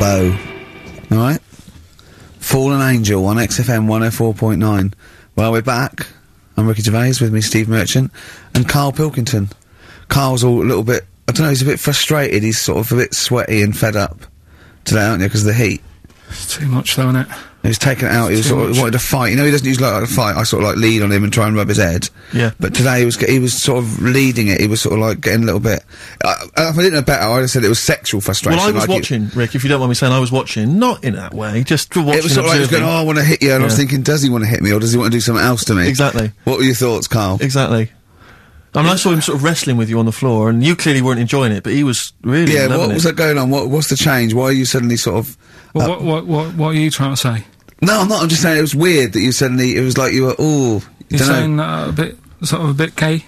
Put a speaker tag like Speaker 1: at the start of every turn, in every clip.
Speaker 1: Bow. All right? Fallen Angel on XFM 104.9. Well, we're back. I'm Ricky Gervais with me, Steve Merchant, and Carl Pilkington. Carl's all a little bit, I don't know, he's a bit frustrated. He's sort of a bit sweaty and fed up today, aren't you, because of the heat.
Speaker 2: It's too much, though, isn't it?
Speaker 1: He was taken out. He was
Speaker 2: Too
Speaker 1: sort of
Speaker 2: much.
Speaker 1: wanted to fight. You know, he doesn't usually like to fight. I sort of like lead on him and try and rub his head.
Speaker 2: Yeah.
Speaker 1: But today he was ge- he was sort of leading it. He was sort of like getting a little bit. I, I- if I didn't know better, I'd have said it was sexual frustration.
Speaker 3: Well, I was
Speaker 1: like it-
Speaker 3: watching, Rick. If you don't mind me saying, I was watching, not in that way, just for watching.
Speaker 1: It was sort of like he was going,
Speaker 3: observing.
Speaker 1: "Oh, I want to hit you," and I was
Speaker 3: Yeah.
Speaker 1: thinking, "Does he want to hit me, or does he want to do something else to me?"
Speaker 3: Exactly.
Speaker 1: What were your thoughts, Carl?
Speaker 3: Exactly. I mean, I saw him sort of wrestling with you on the floor, and you clearly weren't enjoying it, but he was really.
Speaker 1: yeah.
Speaker 3: loving
Speaker 1: What
Speaker 3: it.
Speaker 1: was that going on? What What's the change? Why are you suddenly sort of?
Speaker 3: Uh,
Speaker 2: Well, what, what, what, what are you trying to say?
Speaker 1: No, I'm not. I'm just saying it was weird that you suddenly. It was like you were. Oh,
Speaker 2: You're
Speaker 1: don't
Speaker 2: saying that a bit, sort of a bit gay?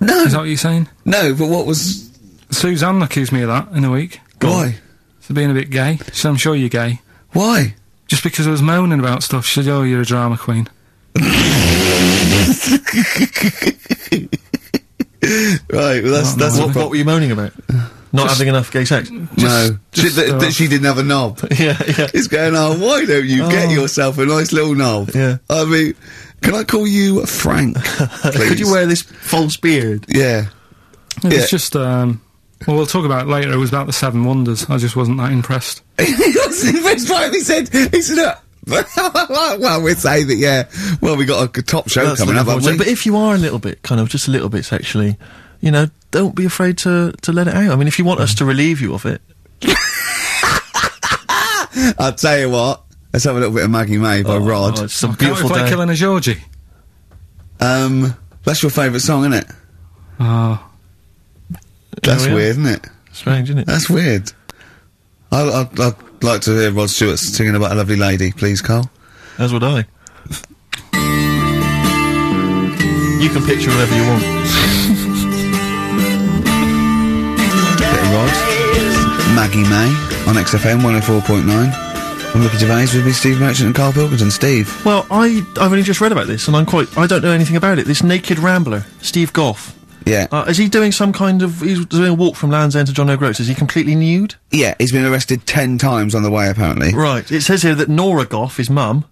Speaker 1: know.
Speaker 2: Is that
Speaker 1: No,
Speaker 2: what you're saying?
Speaker 1: no. But what was?
Speaker 2: Suzanne accused me of that in the week.
Speaker 1: Why?
Speaker 2: For being a bit gay. She said, I'm sure you're gay.
Speaker 1: Why?
Speaker 2: Just because I was moaning about stuff, she said, oh, you're a drama queen.
Speaker 1: Right. Well, that's
Speaker 2: Not
Speaker 1: that's
Speaker 2: knowing.
Speaker 3: What, what were you moaning about? Not having enough gay sex.
Speaker 1: No,
Speaker 2: just
Speaker 1: she, that,
Speaker 3: uh,
Speaker 2: stuff.
Speaker 1: that she didn't have a knob.
Speaker 3: yeah, yeah.
Speaker 1: It's going on. Why don't you get
Speaker 3: Oh.
Speaker 1: yourself a nice little knob?
Speaker 3: Yeah.
Speaker 1: I mean, can I call you Frank? Please?
Speaker 3: Could you wear this false beard?
Speaker 1: Yeah.
Speaker 2: It
Speaker 1: Yeah.
Speaker 2: was just, um, well, we'll talk about it later. It was about the Seven Wonders. I just wasn't that impressed.
Speaker 1: he was impressed by it. He said, "He said, "Uh, well, we'd say that, yeah. Well, we got a good top show
Speaker 3: That's
Speaker 1: coming up,
Speaker 3: looking forward
Speaker 1: haven't
Speaker 3: to it. But
Speaker 1: we?
Speaker 3: if you are a little bit, kind of just a little bit sexually, you know, don't be afraid to to let it out. I mean, if you want us to relieve you of it,
Speaker 1: I'll tell you what. Let's have a little bit of Maggie May by
Speaker 3: Oh,
Speaker 1: Rod.
Speaker 3: oh, it's some
Speaker 2: Can't we
Speaker 3: beautiful
Speaker 2: play
Speaker 3: day.
Speaker 2: Killing a Georgie?
Speaker 1: Um, that's your favourite song, isn't it?
Speaker 2: Oh,
Speaker 1: That's
Speaker 3: yeah.
Speaker 1: weird, isn't it?
Speaker 3: Strange, isn't it?
Speaker 1: That's weird. I, I'd, I'd like to hear Rod Stewart singing about a lovely lady, please, Carl.
Speaker 3: As would I. You can picture whatever you want.
Speaker 1: Bit of Rod. Maggie May on XFM 104.9. I'm Ricky Gervais with me, Steve Merchant and Carl Pilkington. Steve.
Speaker 3: Well, I I've only just read about this, and I'm quite I don't know anything about it. This naked rambler, Steve Goff.
Speaker 1: Yeah.
Speaker 3: Uh, is he doing some kind of? He's doing a walk from Land's End to John O'Groats. Is he completely nude?
Speaker 1: yeah, he's been arrested ten times on the way, apparently.
Speaker 3: Right. It says here that Nora Goff, his mum,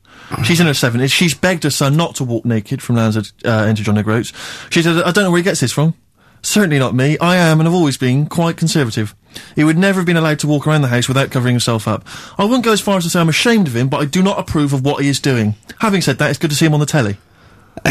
Speaker 3: she's in her seventies. She's begged her son not to walk naked from Land's End uh, into John O'Groats. She said, "I don't know where he gets this from. Certainly not me. I am, and have always been, quite conservative. He would never have been allowed to walk around the house without covering himself up. I wouldn't go as far as to say I'm ashamed of him, but I do not approve of what he is doing. Having said that, it's good to see him on the telly.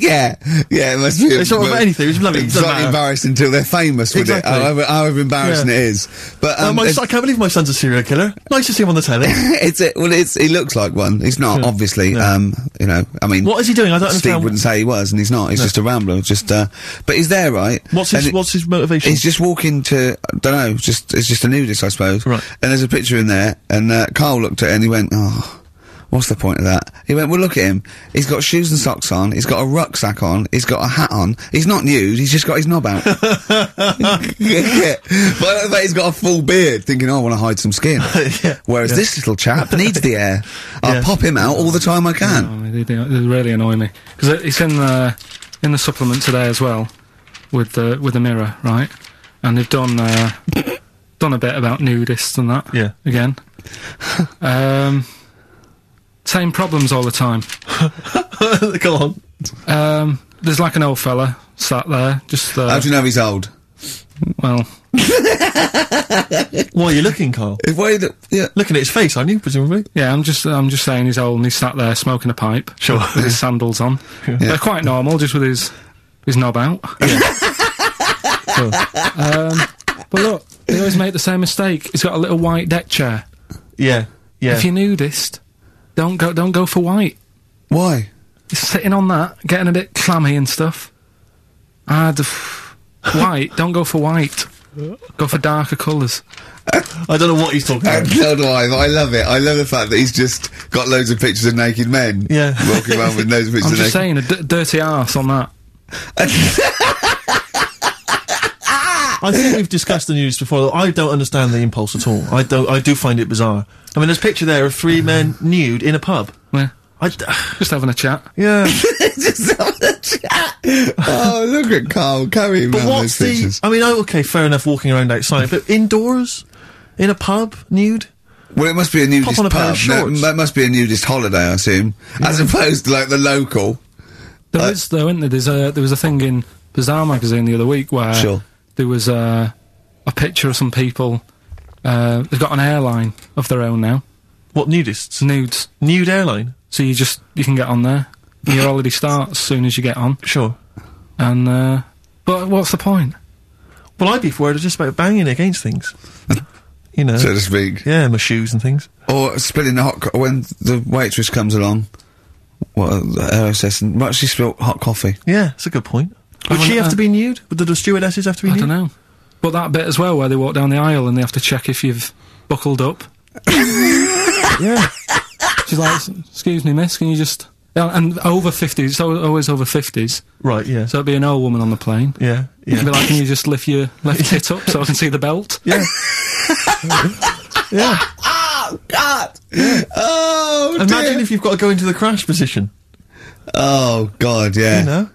Speaker 1: yeah, yeah, it must be.
Speaker 3: It's not about anything, it's lovely, it
Speaker 1: It's
Speaker 3: doesn't
Speaker 1: not
Speaker 3: matter.
Speaker 1: embarrassing until they're famous with
Speaker 3: Exactly.
Speaker 1: it. However, however embarrassing
Speaker 3: Yeah.
Speaker 1: it is, but
Speaker 3: Uh,
Speaker 1: um,
Speaker 3: my
Speaker 1: it's,
Speaker 3: son- I can't believe my son's a serial killer. Nice to see him on the telly.
Speaker 1: it's a, well, it's he looks like one. He's not, obviously. Um, you know, I mean,
Speaker 3: What is he doing? I don't
Speaker 1: Steve
Speaker 3: understand.
Speaker 1: wouldn't say he was, and he's not. He's just a rambler. Just, uh, but he's there, right?
Speaker 3: What's his
Speaker 1: And it-
Speaker 3: What's his motivation?
Speaker 1: He's just walking to I don't know. Just it's just a nudist, I suppose.
Speaker 3: Right.
Speaker 1: And there's a picture in there, and uh, Carl looked at it and he went, "Oh, what's the point of that?" He went, "Well, look at him. He's got shoes and socks on. He's got a rucksack on. He's got a hat on. He's not nude. He's just got his knob out." yeah, yeah. But I bet he's got a full beard, thinking, "Oh, I want to hide some skin."
Speaker 3: Yeah.
Speaker 1: Whereas this little chap needs the air. I'll
Speaker 3: Yeah.
Speaker 1: pop him out all the time I can.
Speaker 2: no, Oh, they, they, they really annoy me. Because it's in the, in the supplement today as well, with the, with the mirror, right? And they've done, uh, done a bit about nudists and that.
Speaker 3: Yeah.
Speaker 2: Again. um, same problems all the time.
Speaker 3: Go on.
Speaker 2: Um, there's like an old fella sat there, just uh,
Speaker 1: How do you know he's old?
Speaker 2: well,
Speaker 3: Why are you looking, Carl?
Speaker 1: If why the, yeah.
Speaker 3: Looking at his face, aren't you? Presumably.
Speaker 2: yeah. I'm just, I'm just saying he's old and he's sat there smoking a pipe,
Speaker 3: Sure.
Speaker 2: with his sandals on. They're quite normal, just with his his knob out. um, but look, they always make the same mistake. He's got a little white deck chair.
Speaker 3: Yeah. Yeah.
Speaker 2: If you're nudist, don't go, don't go for white.
Speaker 1: Why?
Speaker 2: He's sitting on that, getting a bit clammy and stuff. I'd white. Don't go for white. Go for darker colours.
Speaker 3: I don't know what he's talking about.
Speaker 1: And so do I. But I love it. I love the fact that he's just got loads of pictures of naked men.
Speaker 3: Yeah.
Speaker 1: walking around with loads of pictures
Speaker 2: I'm
Speaker 1: of
Speaker 2: just
Speaker 1: naked.
Speaker 2: saying, a d- dirty ass on that.
Speaker 3: I think we've discussed the news before. Though. I don't understand the impulse at all. I don't. I do find it bizarre. I mean, there's a picture there of three men nude in a pub.
Speaker 2: Yeah,
Speaker 3: I d-
Speaker 2: just having a chat.
Speaker 3: yeah.
Speaker 1: oh, look at Carl carrying
Speaker 3: But
Speaker 1: around those
Speaker 3: what's the?
Speaker 1: pictures.
Speaker 3: I mean, oh, okay, fair enough. Walking around outside, but indoors, in a pub, nude.
Speaker 1: Well, it must be a nudist
Speaker 3: on a pair
Speaker 1: pub.
Speaker 3: of
Speaker 1: No,
Speaker 3: shorts.
Speaker 1: that must be a nudist holiday, I assume, as opposed to like the local.
Speaker 2: There
Speaker 1: Uh,
Speaker 2: is though, isn't there? There's a, there was a thing in Bizarre magazine the other week where
Speaker 1: Sure.
Speaker 2: there was a, a picture of some people. Uh, they've got an airline of their own now.
Speaker 3: What nudists?
Speaker 2: It's nudes,
Speaker 3: Nude airline.
Speaker 2: so you just you can get on there. Your holiday starts as soon as you get on.
Speaker 3: Sure.
Speaker 2: And uh, but what's the point?
Speaker 3: Well, I'd be worried just about banging against things. you know.
Speaker 1: so to speak.
Speaker 3: yeah, my shoes and things.
Speaker 1: Or spilling the hot co- when the waitress comes along. What uh, the hostess and well, she spilled hot coffee.
Speaker 3: Yeah, that's a good point. Would
Speaker 2: I
Speaker 3: she
Speaker 2: wonder-
Speaker 3: have to be nude? Would the, the stewardesses have to be
Speaker 2: I
Speaker 3: nude?
Speaker 2: don't know. But that bit as well, where they walk down the aisle and they have to check if you've buckled up.
Speaker 3: Yeah.
Speaker 2: She's like, "Excuse me, miss, can you just?" And and over fifties, it's al- always over fifties.
Speaker 3: right, yeah.
Speaker 2: So it'd be an old woman on the plane.
Speaker 3: yeah,
Speaker 2: You'd be
Speaker 3: yeah.
Speaker 2: like, can you just lift your left tit up so I can see the belt?
Speaker 3: yeah. yeah.
Speaker 1: Oh God! Oh
Speaker 3: Imagine if you've got to go into the crash position.
Speaker 1: oh God! Yeah.
Speaker 3: You know?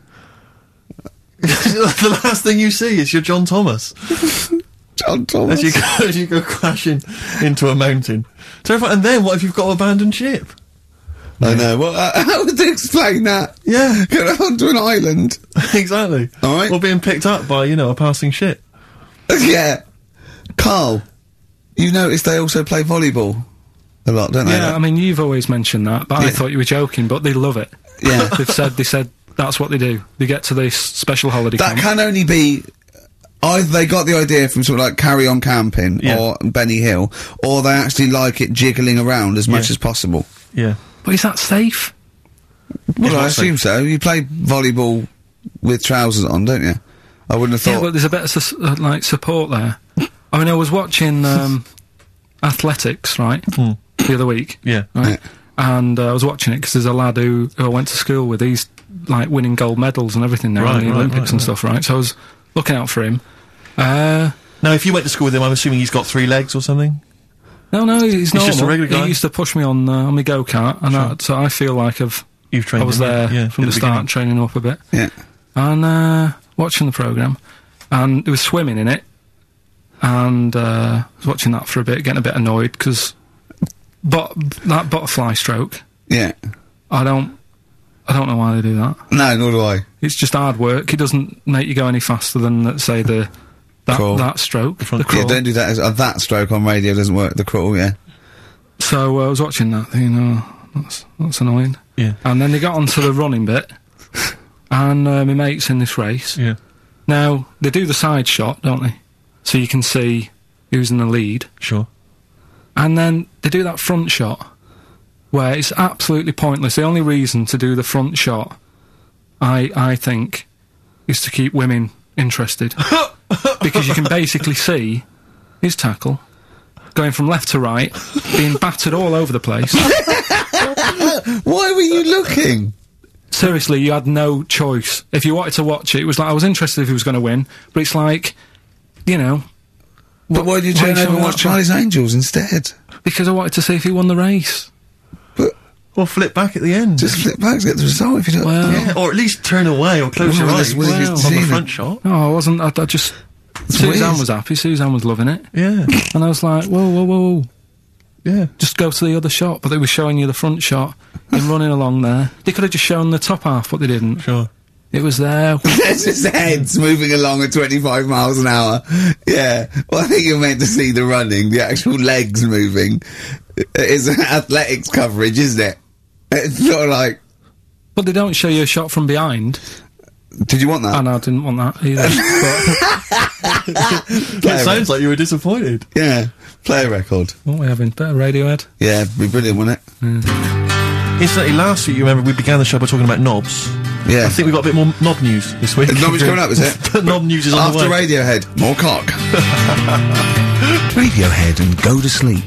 Speaker 3: the last thing you see is your John Thomas
Speaker 1: John Thomas.
Speaker 3: as you go, as you go crashing into a mountain. Terrifying. And then what if you've got to abandon ship?
Speaker 1: I know. Well, uh, how would they explain that?
Speaker 3: Yeah,
Speaker 1: Get onto an island.
Speaker 3: exactly.
Speaker 1: All right.
Speaker 3: Or being picked up by you know a passing ship.
Speaker 1: yeah. Carl, you notice they also play volleyball a lot, don't they?
Speaker 2: Yeah, I mean, you've always mentioned that, but
Speaker 1: Yeah.
Speaker 2: I thought you were joking. But they love it.
Speaker 1: Yeah.
Speaker 2: they've said they said that's what they do. They get to this special holiday
Speaker 1: That
Speaker 2: camp.
Speaker 1: can only be uh, either they got the idea from sort of like Carry On Camping
Speaker 3: Yeah.
Speaker 1: or Benny Hill, or they actually like it jiggling around as much
Speaker 3: Yeah.
Speaker 1: as possible.
Speaker 3: Yeah.
Speaker 2: but is that safe?
Speaker 1: Well, I
Speaker 3: not
Speaker 1: assume so. You play volleyball with trousers on, don't you? I wouldn't have
Speaker 2: Yeah,
Speaker 1: thought.
Speaker 2: but there's a better sus- uh, like support there. I mean, I was watching um, athletics right the other week.
Speaker 3: Hmm. Yeah.
Speaker 2: right? And uh, I was watching it because there's a lad who, who I went to school with. He's like winning gold medals and everything now
Speaker 3: Right,
Speaker 2: in the
Speaker 3: right,
Speaker 2: Olympics
Speaker 3: right,
Speaker 2: and
Speaker 3: right.
Speaker 2: stuff, right? So I was looking out for him. Uh,
Speaker 3: Now, if you went to school with him, I'm assuming he's got three legs or something.
Speaker 2: no, no, he's, normal.
Speaker 3: just a regular guy.
Speaker 2: He used to push me on uh, on my go kart, and I, so I feel like I've
Speaker 3: You've
Speaker 2: I
Speaker 3: trained.
Speaker 2: was
Speaker 3: him,
Speaker 2: there
Speaker 3: yeah,
Speaker 2: from
Speaker 3: at
Speaker 2: the, start, training up a bit,
Speaker 1: yeah.
Speaker 2: and uh, watching the program, and there was swimming in it, and uh, I was watching that for a bit, getting a bit annoyed because, but that butterfly stroke,
Speaker 1: Yeah.
Speaker 2: I don't, I don't know why they do that.
Speaker 1: No, nor do I.
Speaker 2: It's just hard work. It doesn't make you go any faster than, let's say, the that,
Speaker 1: Crawl.
Speaker 2: that stroke, the,
Speaker 3: front-
Speaker 1: Yeah,
Speaker 2: crawl.
Speaker 1: don't do that. As, uh, that stroke on radio doesn't work. The crawl, yeah.
Speaker 2: so uh, I was watching that, thinking, oh, that's, that's annoying.
Speaker 3: Yeah.
Speaker 2: And then they got onto the running bit, and uh, my mate's in this race.
Speaker 3: Yeah.
Speaker 2: Now, they do the side shot, don't they? So you can see who's in the lead.
Speaker 3: Sure.
Speaker 2: And then they do that front shot, where it's absolutely pointless. The only reason to do the front shot, I I think, is to keep women interested, because you can basically see his tackle going from left to right, being battered all over the place.
Speaker 1: Why were you looking?
Speaker 2: Seriously, you had no choice. If you wanted to watch it, it was like I was interested if he was going to win, but it's like, you know,
Speaker 1: But why did you
Speaker 2: why
Speaker 1: turn over
Speaker 2: you
Speaker 1: and
Speaker 2: showing
Speaker 1: watch
Speaker 2: that, John?
Speaker 1: Charlie's Angels instead?
Speaker 2: because I wanted to see if he won the race.
Speaker 1: But
Speaker 3: Or flip back at the end.
Speaker 1: just flip back to get the result if you don't.
Speaker 2: Well-
Speaker 3: yeah. Or at least turn away or close
Speaker 1: Well,
Speaker 3: your
Speaker 1: this
Speaker 3: eyes
Speaker 1: was
Speaker 2: just
Speaker 3: on the
Speaker 1: seen
Speaker 3: front
Speaker 1: it.
Speaker 3: shot.
Speaker 2: No, I wasn't. I, I just. Suzanne
Speaker 1: weird.
Speaker 2: was happy. Suzanne was loving it.
Speaker 3: Yeah.
Speaker 2: And I was like, whoa, whoa, whoa, whoa,
Speaker 3: yeah.
Speaker 2: just go to the other shot. But they were showing you the front shot and running along there. They could have just shown the top half, but they didn't.
Speaker 3: Sure.
Speaker 2: It was there.
Speaker 1: There's just heads moving along at 25 miles an hour. Yeah. Well, I think you're meant to see the running, the actual legs moving. It is athletics coverage, isn't it? It's not like,
Speaker 2: But they don't show you a shot from behind.
Speaker 1: did you want that?
Speaker 2: And I didn't want that either. but
Speaker 1: Play
Speaker 3: it
Speaker 1: a
Speaker 3: sounds like you were disappointed.
Speaker 1: rec- yeah. Play a record.
Speaker 2: what are we having? Better Radiohead?
Speaker 1: Yeah, it'd be brilliant, wouldn't it?
Speaker 3: Incidentally, last week you remember we began the show by talking about knobs.
Speaker 1: Yeah.
Speaker 3: I think we got a bit more knob news this week.
Speaker 1: The knob is coming up, is it?
Speaker 3: knob news is on
Speaker 1: After
Speaker 3: the way.
Speaker 1: Radiohead, more cock. Radiohead and go to sleep.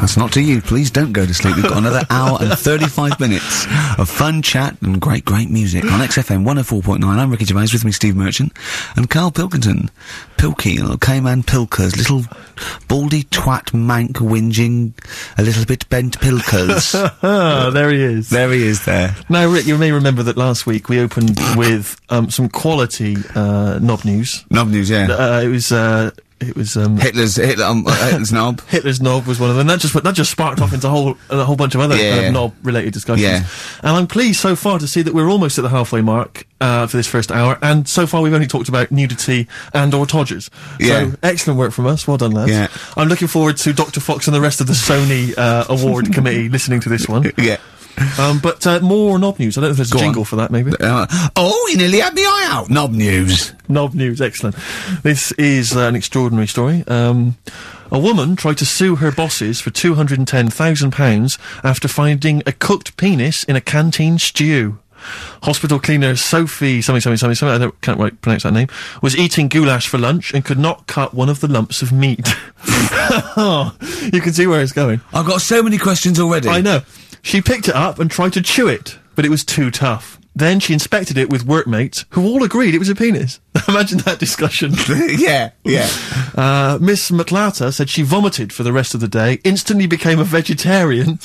Speaker 1: That's not to you. Please don't go to sleep. We've got another hour and 35 minutes of fun chat and great, great music on XFM 104.9. I'm Ricky Gervais with me, Steve Merchant, and Carl Pilkington. Pilkey, little Cayman Pilkers, little baldy twat mank whinging, a little bit bent Pilkers.
Speaker 3: Ah, there he is.
Speaker 1: there he is there.
Speaker 3: Now, Rick, you may remember that last week we opened with um, some quality uh, knob news.
Speaker 1: Knob news, yeah.
Speaker 3: Uh, it was uh, It was um,
Speaker 1: Hitler's Hitler, um, uh, Hitler's knob.
Speaker 3: Hitler's knob was one of them. That just that just sparked off into a whole a whole bunch of other
Speaker 1: Yeah,
Speaker 3: kind
Speaker 1: yeah.
Speaker 3: of knob related discussions.
Speaker 1: Yeah.
Speaker 3: And I'm pleased so far to see that we're almost at the halfway mark uh, for this first hour, and so far we've only talked about nudity and or Todgers.
Speaker 1: Yeah.
Speaker 3: So excellent work from us. Well done, lads.
Speaker 1: Yeah.
Speaker 3: I'm looking forward to Dr. Fox and the rest of the Sony uh, award committee listening to this one.
Speaker 1: Yeah.
Speaker 3: Um, but uh, more knob news. I don't know if there's a
Speaker 1: Go on.
Speaker 3: jingle for that. Maybe
Speaker 1: Uh, oh, he nearly had my eye out. Knob news.
Speaker 3: knob news. Excellent. This is uh, an extraordinary story. Um, a woman tried to sue her bosses for two hundred and ten thousand pounds after finding a cooked penis in a canteen stew. Hospital cleaner Sophie something something something something I don't, can't right, pronounce that name was eating goulash for lunch and could not cut one of the lumps of meat. oh, you can see where it's going.
Speaker 1: I've got so many questions already.
Speaker 3: I know. She picked it up and tried to chew it, but it was too tough. Then she inspected it with workmates, who all agreed it was a penis. Imagine that discussion.
Speaker 1: yeah, yeah.
Speaker 3: Uh, Miss McLata said she vomited for the rest of the day, instantly became a vegetarian,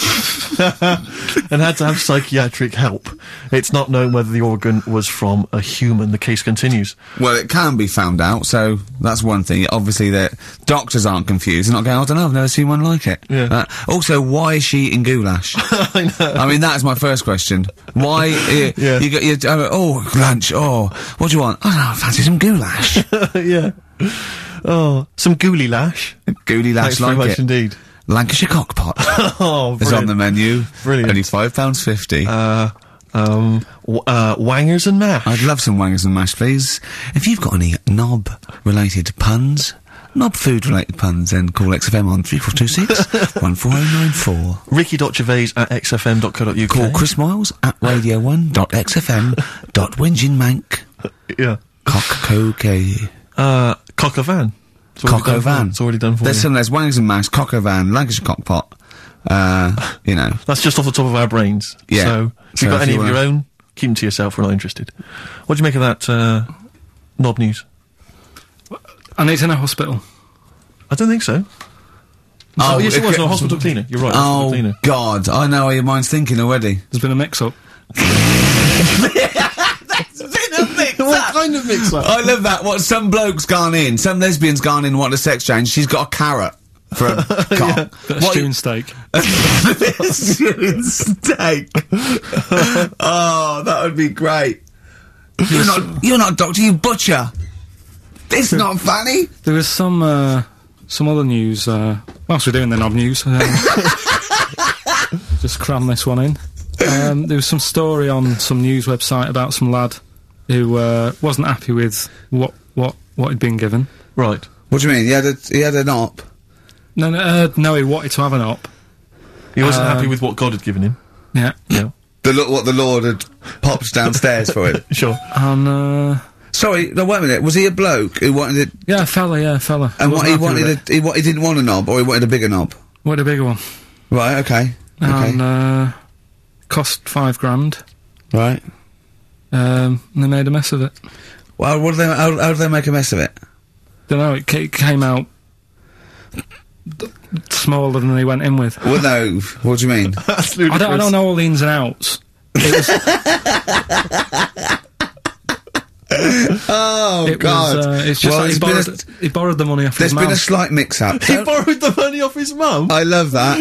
Speaker 3: and had to have psychiatric help. It's not known whether the organ was from a human. The case continues.
Speaker 1: Well, it can be found out, so that's one thing. Obviously, that doctors aren't confused. They're not going, I don't know, I've never seen one like it.
Speaker 3: Yeah.
Speaker 1: Uh, also, why is she eating goulash?
Speaker 3: I know.
Speaker 1: I mean, that is my first question. Why? Uh,
Speaker 3: Yeah.
Speaker 1: You got you, uh, oh lunch. Oh, what do you want? I don't know. I fancy some goulash.
Speaker 3: yeah. Oh, some gooly lash.
Speaker 1: Goulash
Speaker 3: Thanks
Speaker 1: like
Speaker 3: very much
Speaker 1: it.
Speaker 3: indeed.
Speaker 1: Lancashire cockpot
Speaker 3: Oh,
Speaker 1: is on the menu.
Speaker 3: Brilliant.
Speaker 1: Only five pounds fifty.
Speaker 3: uh, um, w- uh, wangers and mash.
Speaker 1: I'd love some wangers and mash, please. If you've got any knob related puns, knob food related puns, then call XFM on 3426 14094.
Speaker 3: Ricky Gervais at xfm.co.uk.
Speaker 1: Call Chris Miles at radio1.xfm.winginmank.
Speaker 3: Yeah.
Speaker 1: Cock coke.
Speaker 3: Uh, Cocker Van. It's already
Speaker 1: Cocker
Speaker 3: done for-
Speaker 1: van.
Speaker 3: It's already done for
Speaker 1: There's
Speaker 3: you.
Speaker 1: some, there's wangers and mash, cocker van, Lancashire cockpot. Uh, you know.
Speaker 3: That's just off the top of our brains.
Speaker 1: Yeah.
Speaker 3: So if
Speaker 1: So
Speaker 3: you've got
Speaker 1: if
Speaker 3: any
Speaker 1: you
Speaker 3: of your
Speaker 1: wanna-
Speaker 3: own, keep them to yourself. We're not interested. What do you make of that uh, knob news?
Speaker 2: And it's in a hospital.
Speaker 3: I don't think so. Oh, yes, it was.
Speaker 1: okay.
Speaker 3: No, hospital cleaner. You're right. Hospital
Speaker 1: Oh,
Speaker 3: cleaner.
Speaker 1: God. I know how your mind's thinking already.
Speaker 2: There's been a mix-up.
Speaker 1: what kind of mix up? I love that. What some bloke's gone in, some lesbian's gone in, wanted a sex change. She's got a carrot for a cock.
Speaker 2: That's
Speaker 1: What-
Speaker 2: stew and steak.
Speaker 1: Stew steak. oh, that would be great. You're not, you're not a doctor, you butcher. It's not funny.
Speaker 2: There was some uh, some other news. Uh, whilst we're doing the knob news, um, just cram this one in. Um, there was some story on some news website about some lad who uh, wasn't happy with what what what he'd been given.
Speaker 3: Right.
Speaker 1: What do you mean? He had, a, he had an op.
Speaker 2: No, no, uh, no, he wanted to have an op.
Speaker 3: He wasn't
Speaker 2: Um,
Speaker 3: happy with what God had given him.
Speaker 2: Yeah,
Speaker 3: Yeah.
Speaker 1: The lo- what the Lord had popped downstairs for him.
Speaker 3: Sure.
Speaker 2: and uh,
Speaker 1: Sorry, no, wait a minute. Was he a bloke who wanted it?
Speaker 2: yeah, fella, yeah, fella.
Speaker 1: And what
Speaker 2: wasn't
Speaker 1: he
Speaker 2: happy with
Speaker 1: wanted,
Speaker 2: it.
Speaker 1: a, he, wa- he didn't want a knob, or he wanted a bigger knob.
Speaker 2: What a bigger one.
Speaker 1: Right. Okay. Okay.
Speaker 2: And uh, cost five grand.
Speaker 1: Right.
Speaker 2: Um, and they made a mess of it.
Speaker 1: Well, what do they, how, how do they make a mess of it?
Speaker 2: Don't know. It, ca- it came out d- smaller than they went in with.
Speaker 1: Well, no. What do you mean?
Speaker 3: That's
Speaker 2: I don't, I
Speaker 3: ludicrous.
Speaker 2: don't know all the ins and outs. It was,
Speaker 1: oh
Speaker 2: it
Speaker 1: God!
Speaker 2: was uh, it's just
Speaker 1: well,
Speaker 2: that he
Speaker 1: there's been
Speaker 2: borrowed,
Speaker 1: a,
Speaker 2: he borrowed the money off
Speaker 1: there's
Speaker 2: his
Speaker 1: been
Speaker 2: mum.
Speaker 1: a slight mix-up.
Speaker 3: He borrowed the money off his mum.
Speaker 1: I love that.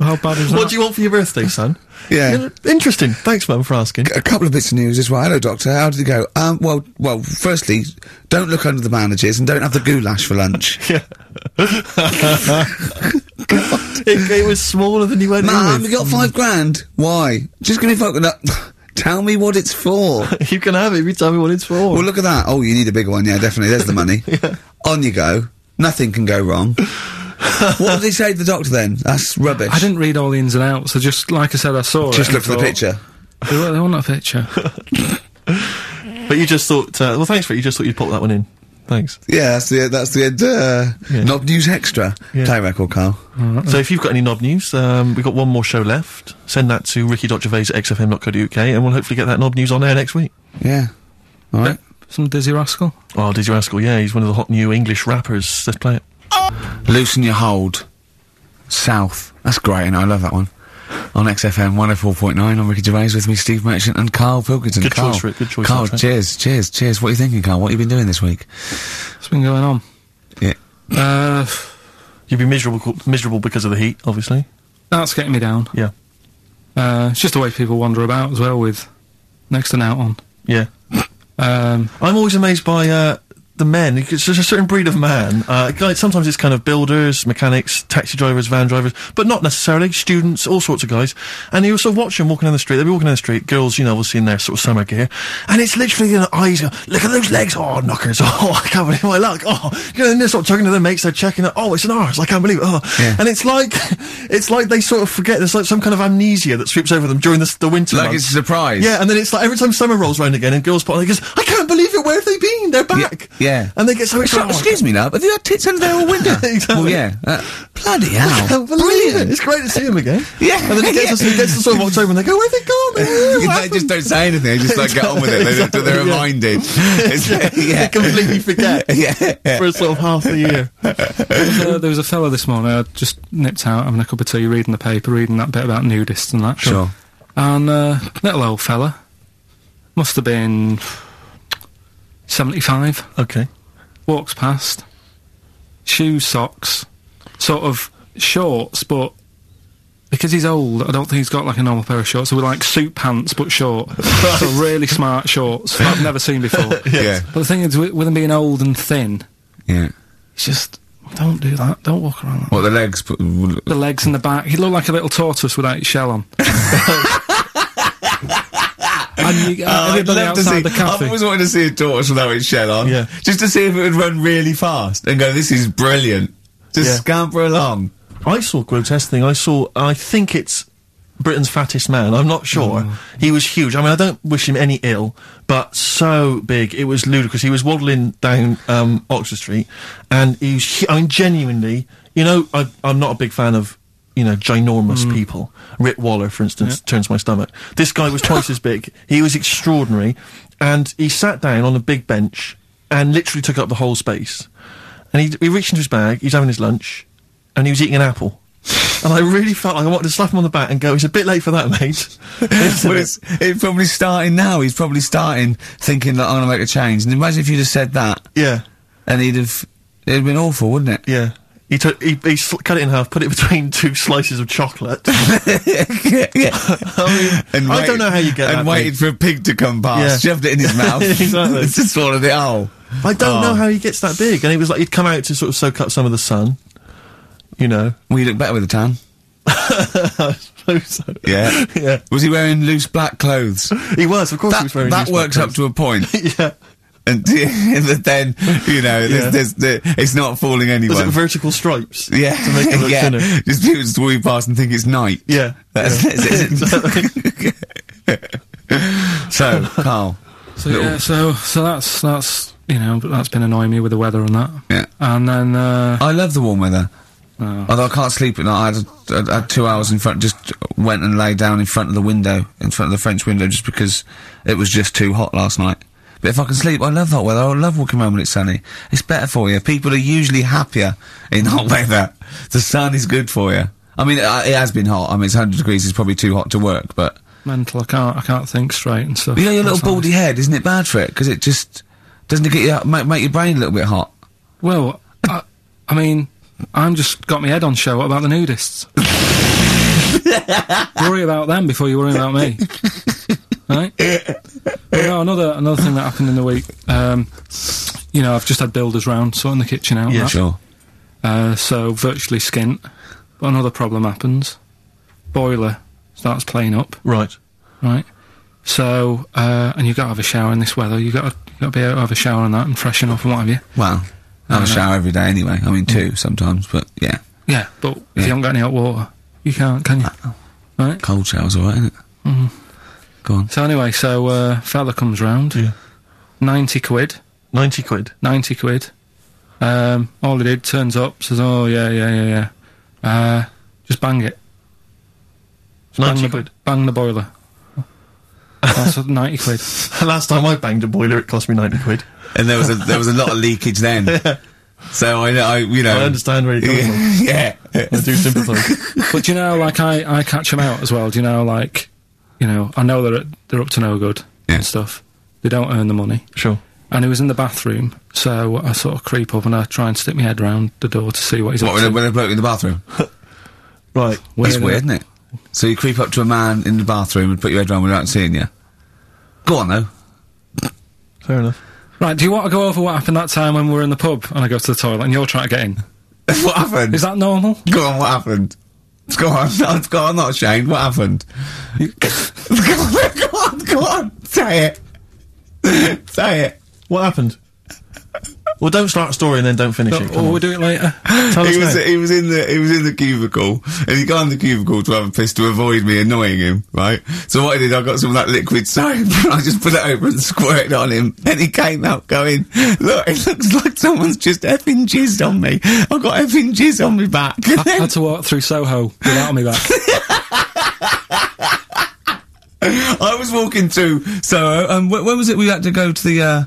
Speaker 2: How bad is
Speaker 3: What
Speaker 2: that?
Speaker 3: do you want for your birthday, son?
Speaker 1: Yeah.
Speaker 3: Interesting. Thanks, mum, for asking.
Speaker 1: a couple of bits of news as well. Hello, Doctor. How did it go? Um, well, well. Firstly, don't look under the bandages and don't have the goulash for lunch.
Speaker 3: it, it was smaller than you went
Speaker 1: Mum,
Speaker 3: in
Speaker 1: you
Speaker 3: with.
Speaker 1: got five grand. Why? Just give me fucking up. Tell me what it's for.
Speaker 3: You can have it if you tell me what it's for.
Speaker 1: Well, look at that. Oh, you need a bigger one. Yeah, definitely. There's the money. On you go. Nothing can go wrong. what did he say to the doctor then? That's rubbish.
Speaker 2: I didn't read all the ins and outs. I just, like I said, I saw it.
Speaker 1: Just
Speaker 2: and
Speaker 1: look for the
Speaker 2: thought,
Speaker 1: picture.
Speaker 2: They were- they weren't a picture.
Speaker 3: but you just thought, uh, well, thanks for it. You just thought you'd pop that one in. Thanks.
Speaker 1: Yeah, that's the that's the end. Uh,
Speaker 3: Yeah.
Speaker 1: Knob News Extra.
Speaker 3: Yeah.
Speaker 1: Play record, Carl.
Speaker 3: So if you've got any knob news, um, we've got one more show left. Send that to ricky.gervais at xfm.co.uk and we'll hopefully get that knob news on air next week.
Speaker 1: Yeah. All right.
Speaker 2: Some dizzy rascal.
Speaker 3: Oh, Dizzy Rascal, yeah, he's one of the hot new English rappers. Let's play it.
Speaker 1: Loosen your hold. South. That's great, and I love that one. On XFM 104.9, I'm Ricky Gervais with me, Steve Merchant and Carl Pilkington.
Speaker 3: Good
Speaker 1: Carl,
Speaker 3: choice, Rick, good choice,
Speaker 1: Carl,
Speaker 3: that track.
Speaker 1: cheers, cheers, cheers. What are you thinking, Carl? What have you been doing this week?
Speaker 2: What's been going on?
Speaker 1: Yeah.
Speaker 2: Uh,
Speaker 3: You'd be miserable miserable because of the heat, obviously.
Speaker 2: that's getting me down.
Speaker 3: Yeah.
Speaker 2: Uh, it's just the way people wander about as well with next and out on.
Speaker 3: Yeah.
Speaker 2: Um,
Speaker 3: I'm always amazed by uh, the men. It's just a certain breed of man. Uh, like, sometimes it's kind of builders, mechanics, taxi drivers, van drivers, but not necessarily students, all sorts of guys. And you sort of watch them walking down the street. They'll be walking down the street, girls, you know, obviously in their sort of summer gear, and it's literally in the eyes. go, Look at those legs. Oh, knockers. Oh, I can't believe my luck. Oh, you know, and they're sort of talking to their mates. They're checking it. Oh, it's an arse. I can't believe. It. Oh,
Speaker 1: Yeah.
Speaker 3: and it's like, it's like they sort of forget. There's like some kind of amnesia that sweeps over them during the, s- the winter.
Speaker 1: Like
Speaker 3: months.
Speaker 1: it's a surprise.
Speaker 3: Yeah, and then it's like every time summer rolls round again and girls part, they goes, I can't believe it. Where have they been? They're back.
Speaker 1: yeah.
Speaker 3: And they get so excited. Oh,
Speaker 1: excuse me, love. Have you had tits under there all winter?
Speaker 3: Exactly.
Speaker 1: Well, yeah. Uh, bloody
Speaker 3: I
Speaker 1: hell!
Speaker 3: can't believe it.
Speaker 1: Brilliant.
Speaker 3: It's great to see them again.
Speaker 1: Yeah,
Speaker 3: And then it gets,
Speaker 1: yeah.
Speaker 3: us, it gets us sort of October and they go, Where have they gone? What
Speaker 1: they
Speaker 3: happened?"
Speaker 1: just don't say anything. They just like get on with it. They,
Speaker 3: Exactly,
Speaker 1: they're
Speaker 3: yeah.
Speaker 1: reminded. It's- yeah.
Speaker 3: They completely forget
Speaker 1: Yeah.
Speaker 3: for a sort of half the year.
Speaker 2: uh, there was a fella this morning. I just nipped out having a cup of tea, reading the paper, reading that bit about nudists and that.
Speaker 1: Sure.
Speaker 2: And uh, little old fella, must have been seventy-five.
Speaker 3: Okay.
Speaker 2: Walks past, shoes, socks, sort of shorts, but because he's old, I don't think he's got like a normal pair of shorts. So we're like suit pants but short, so really smart shorts that I've never seen before.
Speaker 1: Yeah.
Speaker 2: But the thing is, with, with him being old and thin,
Speaker 1: Yeah.
Speaker 2: it's just don't do that. Don't walk around. Like
Speaker 1: What the legs? Put,
Speaker 2: the legs and the back. He looked like a little tortoise without his shell on. and
Speaker 1: Oh,
Speaker 2: you,
Speaker 1: Uh,
Speaker 2: everybody outside the
Speaker 1: I've
Speaker 2: cafe.
Speaker 1: always wanted to see a tortoise without its shell on.
Speaker 3: Yeah.
Speaker 1: Just to see if it would run really fast and go, this is brilliant. Just
Speaker 3: Yeah.
Speaker 1: scamper along.
Speaker 3: I saw a grotesque thing. I saw, I think it's Britain's fattest man. I'm not sure. He was huge. I mean, I don't wish him any ill, but so big. It was ludicrous. He was waddling down um, Oxford Street and he was, hu- I mean, genuinely, you know, I, I'm not a big fan of, you know, ginormous people. Rick Waller, for instance, turns my stomach. This guy was twice as big. He was extraordinary. And he sat down on a big bench and literally took up the whole space. And he, he reached into his bag, he was having his lunch, and he was eating an apple. And I really felt like I wanted to slap him on the back and go, it's a bit late for that, mate.
Speaker 1: well, it's, it's probably starting now. He's probably starting thinking that I'm going to make a change. And imagine if you'd have said that
Speaker 3: yeah,
Speaker 1: and he'd have. It'd have been awful, wouldn't it?
Speaker 3: yeah. He, took, he, he sl- cut it in half, put it between two slices of chocolate.
Speaker 1: yeah.
Speaker 3: I mean, I don't know how you get
Speaker 1: And
Speaker 3: that,
Speaker 1: waited for a pig to come past,
Speaker 3: Yeah.
Speaker 1: shoved it in his mouth,
Speaker 3: Exactly.
Speaker 1: and just swallowed it all.
Speaker 3: I don't
Speaker 1: Oh.
Speaker 3: know how he gets that big. And it was like he'd come out to sort of soak up some of the sun, you know.
Speaker 1: Well, you look better with a tan.
Speaker 3: So-
Speaker 1: Yeah.
Speaker 3: yeah.
Speaker 1: Was he wearing loose black clothes?
Speaker 3: He was, of course he
Speaker 1: That,
Speaker 3: was wearing
Speaker 1: that works up to a point.
Speaker 3: yeah.
Speaker 1: and but then you know
Speaker 3: Yeah.
Speaker 1: there's, there's, there, it's not fooling anyone.
Speaker 3: Was it vertical stripes?
Speaker 1: yeah,
Speaker 3: To make it look
Speaker 1: yeah.
Speaker 3: thinner.
Speaker 1: Just people just walk past and think it's night.
Speaker 3: Yeah.
Speaker 1: That's, that's- so Carl,
Speaker 2: so, yeah, so, so that's that's you know that's been annoying me with the weather and that.
Speaker 1: Yeah.
Speaker 2: And then uh,
Speaker 1: I love the warm weather.
Speaker 2: Oh.
Speaker 1: Although I can't sleep at night, I had, I had two hours in front. Just went and lay down in front of the window, in front of the French window, just because it was just too hot last night. But if I can sleep, I love hot weather. I love walking around when it's sunny. It's better for you. People are usually happier in hot weather. The sun is good for you. I mean, uh, it has been hot. I mean, it's 100 degrees. It's probably too hot to work, but
Speaker 2: mental, I can't I can't think straight and stuff.
Speaker 1: you know, your little
Speaker 2: That's nice.
Speaker 1: baldy head, isn't it bad for it? Because it just doesn't it get you make, make your brain a little bit hot.
Speaker 2: Well, I, I mean, I'm just got my head on show. What about the nudists? worry about them before you worry about me. right? Well, no, another another thing that happened in the week. Um, you know, I've just had builders round sorting the kitchen out. and that.
Speaker 1: sure.
Speaker 2: Uh, so virtually skint. But another problem happens. Boiler starts playing up.
Speaker 3: Right.
Speaker 2: Right. So, uh, and you've got to have a shower in this weather. You've got to, you've got to be able to have a shower and that and freshen up and what have you.
Speaker 1: Well, I
Speaker 3: Uh,
Speaker 1: have a shower every day anyway. I mean,
Speaker 3: Mm.
Speaker 1: two sometimes, but yeah.
Speaker 2: Yeah, but if
Speaker 1: Yeah.
Speaker 2: you haven't got any hot water, you can't, can you? Right.
Speaker 1: Cold shower's alright, isn't it? Mm-hmm. Go on.
Speaker 2: So anyway, so uh, fella comes round,
Speaker 3: Yeah.
Speaker 2: ninety quid,
Speaker 3: 90 quid.
Speaker 2: ninety quid. Um, all he did turns up, says, "Oh yeah, yeah, yeah, yeah." Uh, just bang it. Just bang
Speaker 3: 90
Speaker 2: the,
Speaker 3: quid.
Speaker 2: Bang the boiler. That's what- ninety quid.
Speaker 3: Last time I banged a boiler, it cost me 90 quid.
Speaker 1: And there was a there was a lot of leakage then. So I, I you know
Speaker 3: I understand where you're coming from.
Speaker 1: Um, yeah.
Speaker 3: I do sympathise.
Speaker 2: But do you know, like I, I catch them out as well. Do you know, like, you know, I know they're they're up to no good
Speaker 1: Yeah.
Speaker 2: and stuff. They don't earn the money.
Speaker 3: sure.
Speaker 2: and he was in the bathroom. So I sort of creep up and I try and stick my head round the door to see what he's
Speaker 1: What,
Speaker 2: up
Speaker 1: when a,
Speaker 2: to.
Speaker 1: when a bloke in the bathroom?
Speaker 3: Right.
Speaker 1: That's
Speaker 2: Weird,
Speaker 1: weird, isn't
Speaker 2: isn't
Speaker 1: it? So you creep up to a man in the bathroom and put your head round without seeing you. Go on, though.
Speaker 3: Fair enough.
Speaker 2: Right, do you want to go over what happened that time when we were in the pub and I go to the toilet and you're trying to get in?
Speaker 1: what happened?
Speaker 2: Is that normal?
Speaker 1: Go on, what happened? Go on, no, go on, not ashamed. What happened? You- go on, go on, go on. Say it. Say it.
Speaker 3: What happened? well, don't start a story and then don't finish it. Come
Speaker 1: oh,
Speaker 2: or
Speaker 3: on.
Speaker 2: we'll do it later?
Speaker 3: Tell us
Speaker 1: he was
Speaker 3: now.
Speaker 1: he was in the he was in the cubicle and he got in the cubicle to have a piss to avoid me annoying him, right? So what I did, I got some of that liquid soap and I just put it over and squirted on him and he came out going, Look, it looks like someone's just effing jizzed on me. I've got effing jizz on my back. And
Speaker 2: I
Speaker 1: then-
Speaker 2: had to walk through Soho without me back.
Speaker 1: I was walking through Soho. Um, wh- when was it we had to go to the? Uh,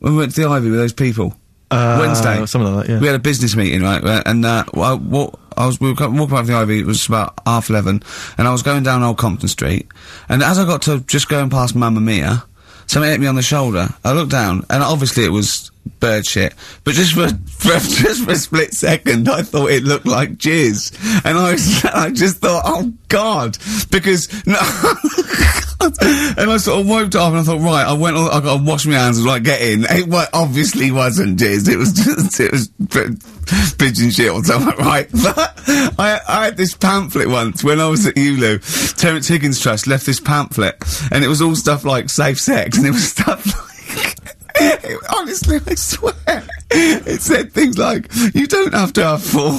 Speaker 1: when we went to the Ivy with those people.
Speaker 3: Uh,
Speaker 1: Wednesday,
Speaker 3: something like that, yeah.
Speaker 1: We had a business meeting, right? uh, And uh, I, wa- I was we were co- walking up the Ivy. It was about half eleven, and I was going down Old Compton Street. And as I got to just going past Mamma Mia, something hit me on the shoulder. I looked down, and obviously it was bird shit. But just for, for just for a split second, I thought it looked like jizz, and I was, I just thought, oh god, because no. and I sort of wiped it off, and I thought, right, I went, on- I got to wash my hands and like get in. It wa- obviously wasn't jizz. It was just it was p- pigeon shit or something, right? But I, I had this pamphlet once when I was at ULU. Terence Higgins Trust left this pamphlet, and it was all stuff like safe sex, and it was stuff like. Honestly, I swear. It said things like, you don't have to have four.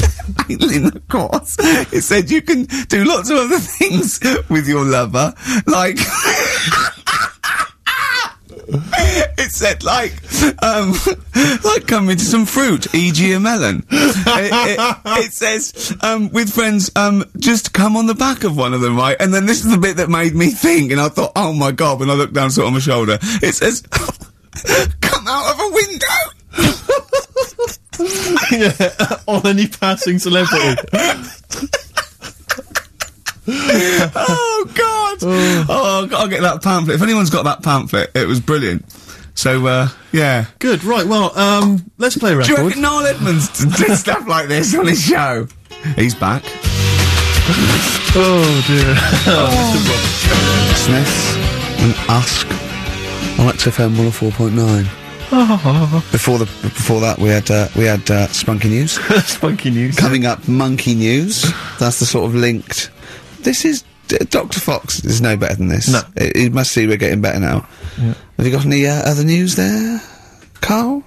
Speaker 1: Ailing, of course. It said you can do lots of other things with your lover. Like. It said like, um, like come into some fruit, e.g. a melon. it, it- it says um, with friends, um, just come on the back of one of them, right? And then this is the bit that made me think, and I thought, oh my god! When I looked down, sort of on my shoulder, it says, come out of a window.
Speaker 3: yeah, on any passing celebrity.
Speaker 1: oh God! Oh, I'll get that pamphlet. If anyone's got that pamphlet, it was brilliant. So uh, yeah.
Speaker 3: Good, right, well, um, let's play a
Speaker 1: Do you
Speaker 3: record.
Speaker 1: reckon Noel Edmonds d- did stuff like this on his show? He's back.
Speaker 3: Oh, dear.
Speaker 1: Smith and Ask on XFM 104.9. Before the before that, we had uh, we had uh, Spunky News.
Speaker 3: Spunky news.
Speaker 1: Coming up, Monkey News. That's the sort of linked. This is. D- Dr. Fox is no better than this.
Speaker 3: No.
Speaker 1: I- You must see we're getting better now. Have you got any uh, other news there, Carl?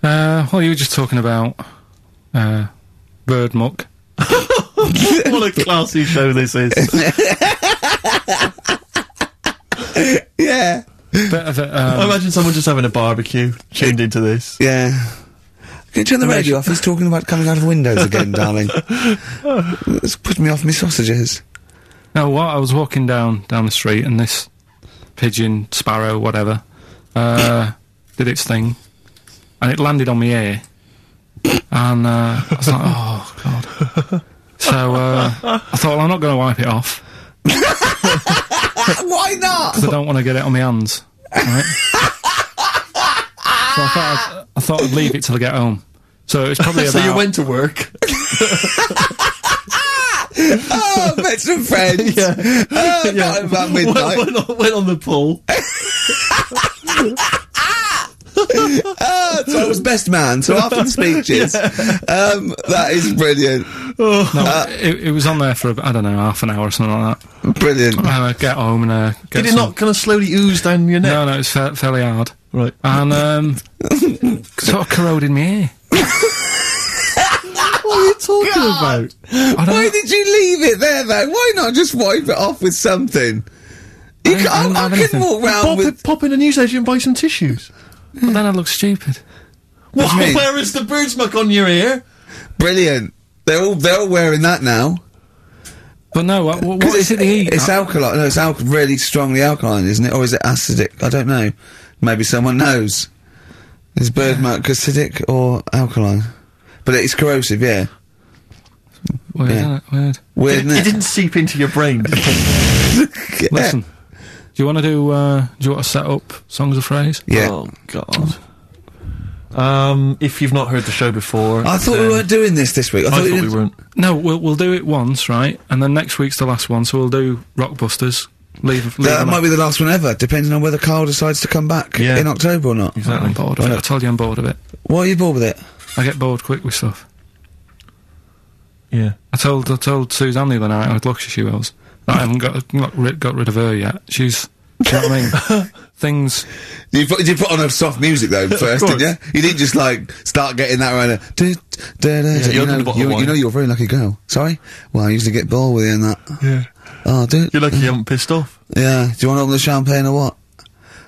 Speaker 2: Uh, well, you were just talking about uh, bird muck.
Speaker 3: what a classy show this is.
Speaker 1: Yeah.
Speaker 2: Bit of it,
Speaker 3: I
Speaker 2: um,
Speaker 3: imagine someone just having a barbecue tuned into this.
Speaker 1: Yeah. Can you turn the radio off? He's talking about coming out of windows again, darling. It's putting me off my sausages.
Speaker 2: no, what I was walking down down the street and this pigeon, sparrow, whatever, uh, did its thing, and it landed on my ear, and uh, I was like, oh god. So uh, I thought, well, I'm not going to wipe it off.
Speaker 1: Ah, Why not?
Speaker 2: 'cause I don't want to get it on my hands. Right? so I thought, I'd, I thought I'd leave it till I get home. So it's probably about.
Speaker 3: So you went to work.
Speaker 1: Oh, I met some friends.
Speaker 3: Yeah.
Speaker 1: Oh, I got him about
Speaker 3: Went,
Speaker 1: midnight.
Speaker 3: went, on, went on the pool.
Speaker 1: Ah, so I was best man, so after the speeches. Um, that is brilliant.
Speaker 2: no, it, it was on there for I don't know half an hour or something like that.
Speaker 1: Brilliant.
Speaker 2: And I get home and uh, get
Speaker 3: Did it
Speaker 2: some-
Speaker 3: not kind of slowly ooze down your neck?
Speaker 2: No, no, it's fa- fairly hard,
Speaker 3: Right.
Speaker 2: and um, sort of corroded my ear.
Speaker 3: What are you talking
Speaker 1: God.
Speaker 3: about?
Speaker 2: I don't
Speaker 1: Why
Speaker 2: know.
Speaker 1: did you leave it there, though? Why not just wipe it off with something? You
Speaker 2: I- I
Speaker 1: ca- I,
Speaker 2: don't
Speaker 1: I,
Speaker 2: have
Speaker 1: can
Speaker 2: anything.
Speaker 1: walk round
Speaker 3: Pop,
Speaker 1: with.
Speaker 3: pop in a newsagent and buy some tissues.
Speaker 2: But then I look stupid.
Speaker 3: What?
Speaker 1: do you mean?
Speaker 3: Where is the bird's muck on your ear?
Speaker 1: Brilliant. They're all they're all wearing that now.
Speaker 2: But no, what, what
Speaker 1: 'Cause
Speaker 2: what is it they eat?
Speaker 1: It's alkaline. No, it's al- really strongly alkaline, isn't it? Or is it acidic? I don't know. Maybe someone knows. Is bird mark acidic or alkaline? But it's corrosive, yeah.
Speaker 2: Weird,
Speaker 1: yeah.
Speaker 2: isn't it? Weird.
Speaker 1: Weird,
Speaker 3: It
Speaker 1: isn't it?
Speaker 3: didn't seep into your brain.
Speaker 1: Yeah.
Speaker 2: Listen, Do you want to do? Uh, do you want to set up songs of phrase?
Speaker 1: Yeah.
Speaker 3: Oh God. Um, if you've not heard the show before,
Speaker 1: I thought we
Speaker 3: then-
Speaker 1: weren't doing this this week. I
Speaker 3: I
Speaker 1: thought, we
Speaker 3: thought we
Speaker 1: didn't-
Speaker 3: weren't.
Speaker 2: No, we'll we'll do it once, right? And then next week's the last one, so we'll do Rockbusters. Leave. leave
Speaker 1: That
Speaker 2: them
Speaker 1: might
Speaker 2: out.
Speaker 1: be the last one ever, depending on whether Carl decides to come back
Speaker 3: Yeah.
Speaker 1: in October or not.
Speaker 2: I'm bored of it. I told you I'm bored of it.
Speaker 1: Why are you bored with it?
Speaker 2: I get bored quick with stuff.
Speaker 3: Yeah.
Speaker 2: I told I told Suzanne the other night I had luxury she was. I haven't got not ri- got rid of her yet. She's. Do you know what I mean? Things.
Speaker 1: You put, you put on a soft music though first, didn't you? You didn't just like start getting that around. a du- du- du- du-
Speaker 3: you
Speaker 1: You
Speaker 3: opened
Speaker 1: know,
Speaker 3: the bottle of
Speaker 1: you- you
Speaker 3: wine.
Speaker 1: know you're a very lucky girl. Sorry? Well, I usually get bored with you in that.
Speaker 3: Yeah.
Speaker 1: Oh, dude.
Speaker 3: You're lucky you haven't pissed off.
Speaker 1: Yeah. Do you want to open the champagne or what?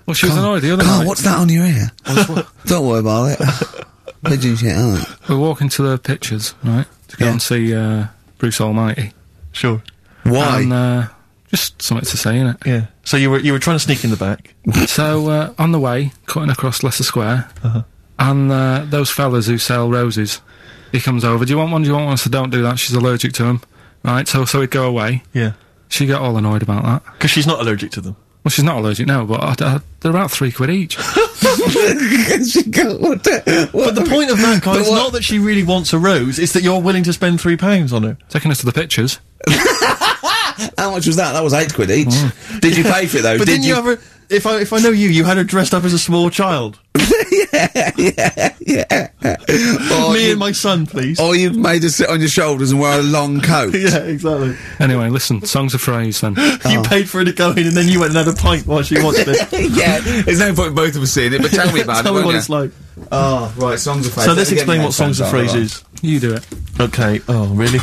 Speaker 2: Well, she was annoyed the other
Speaker 1: Carl,
Speaker 2: night.
Speaker 1: what's that on your ear?
Speaker 2: was wa-
Speaker 1: Don't worry about it. Pigeon shit, aren't it?
Speaker 2: We're walking to the pictures, right? To go
Speaker 1: Yeah.
Speaker 2: and see uh, Bruce Almighty.
Speaker 3: Sure.
Speaker 1: Why?
Speaker 2: And uh, just something to say, innit?
Speaker 3: Yeah. So you were you were trying to sneak in the back.
Speaker 2: so uh, on the way, cutting across Leicester Square,
Speaker 1: Uh-huh.
Speaker 2: and uh, those fellas who sell roses, he comes over. Do you want one? Do you want one? I said, don't do that. She's allergic to them. Right. So so he'd go away.
Speaker 3: Yeah.
Speaker 2: She got all annoyed about that.
Speaker 3: Because she's not allergic to them.
Speaker 2: Well, she's not allergic now, but I, I, they're about three quid each.
Speaker 1: She got- what the- what
Speaker 3: But the point of that, Carl,
Speaker 1: But
Speaker 3: is
Speaker 1: what-
Speaker 3: not that she really wants a rose. It's that you're willing to spend three pounds on her.
Speaker 2: Taking us to the pictures.
Speaker 1: How much was that? That was eight quid each. Did you pay for it though?
Speaker 3: Mm. But
Speaker 1: Did
Speaker 3: didn't you, have her? If I if I know you, you had her dressed up as a small child.
Speaker 1: Or
Speaker 3: Me
Speaker 1: you- Oh.
Speaker 3: and my son, please.
Speaker 1: Or you've made her sit on your shoulders and wear a long coat.
Speaker 3: Yeah, exactly.
Speaker 2: Anyway, listen, songs of phrase then.
Speaker 1: Oh.
Speaker 3: You paid for her to go in, and then you went and had a pint while she watched it.
Speaker 1: yeah, there's no point in both of us seeing it, but tell me about
Speaker 3: Tell
Speaker 1: it.
Speaker 3: me what
Speaker 1: won't
Speaker 3: it's
Speaker 1: you?
Speaker 3: like.
Speaker 1: Oh, right, songs of phrase.
Speaker 3: So
Speaker 1: Let
Speaker 3: let's
Speaker 1: me get my
Speaker 3: explain what songs and
Speaker 1: headphones on,
Speaker 3: phrases.
Speaker 2: You do it.
Speaker 3: Okay. Oh, really?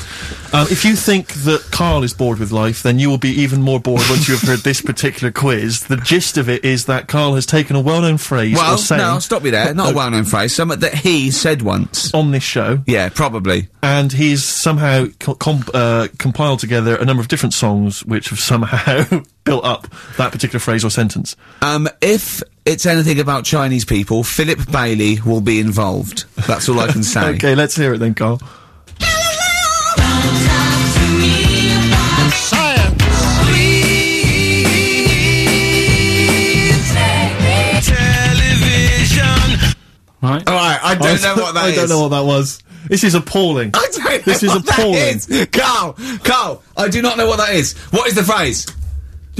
Speaker 3: Um, if you think that Carl is bored with life, then you will be even more bored once you have heard this particular quiz. The gist of it is that Carl has taken a well-known phrase
Speaker 1: Well,
Speaker 3: or saying Oh.
Speaker 1: no, stop me there. Not a well-known phrase. Something that he said once.
Speaker 3: on this show,
Speaker 1: Yeah, probably.
Speaker 3: and he's somehow co- comp- uh, compiled together a number of different songs which have somehow built up that particular phrase or sentence.
Speaker 1: Um, if it's anything about Chinese people, Philip Bailey will be involved. That's all I can say.
Speaker 3: Okay, let's hear it then, Carl.
Speaker 2: Right.
Speaker 1: All right, I don't know what that
Speaker 3: I
Speaker 1: is.
Speaker 3: don't know what that was. This is appalling.
Speaker 1: I don't know
Speaker 3: This is
Speaker 1: what that
Speaker 3: appalling.
Speaker 1: is. Carl, Carl, I do not know what that is. What is the phrase?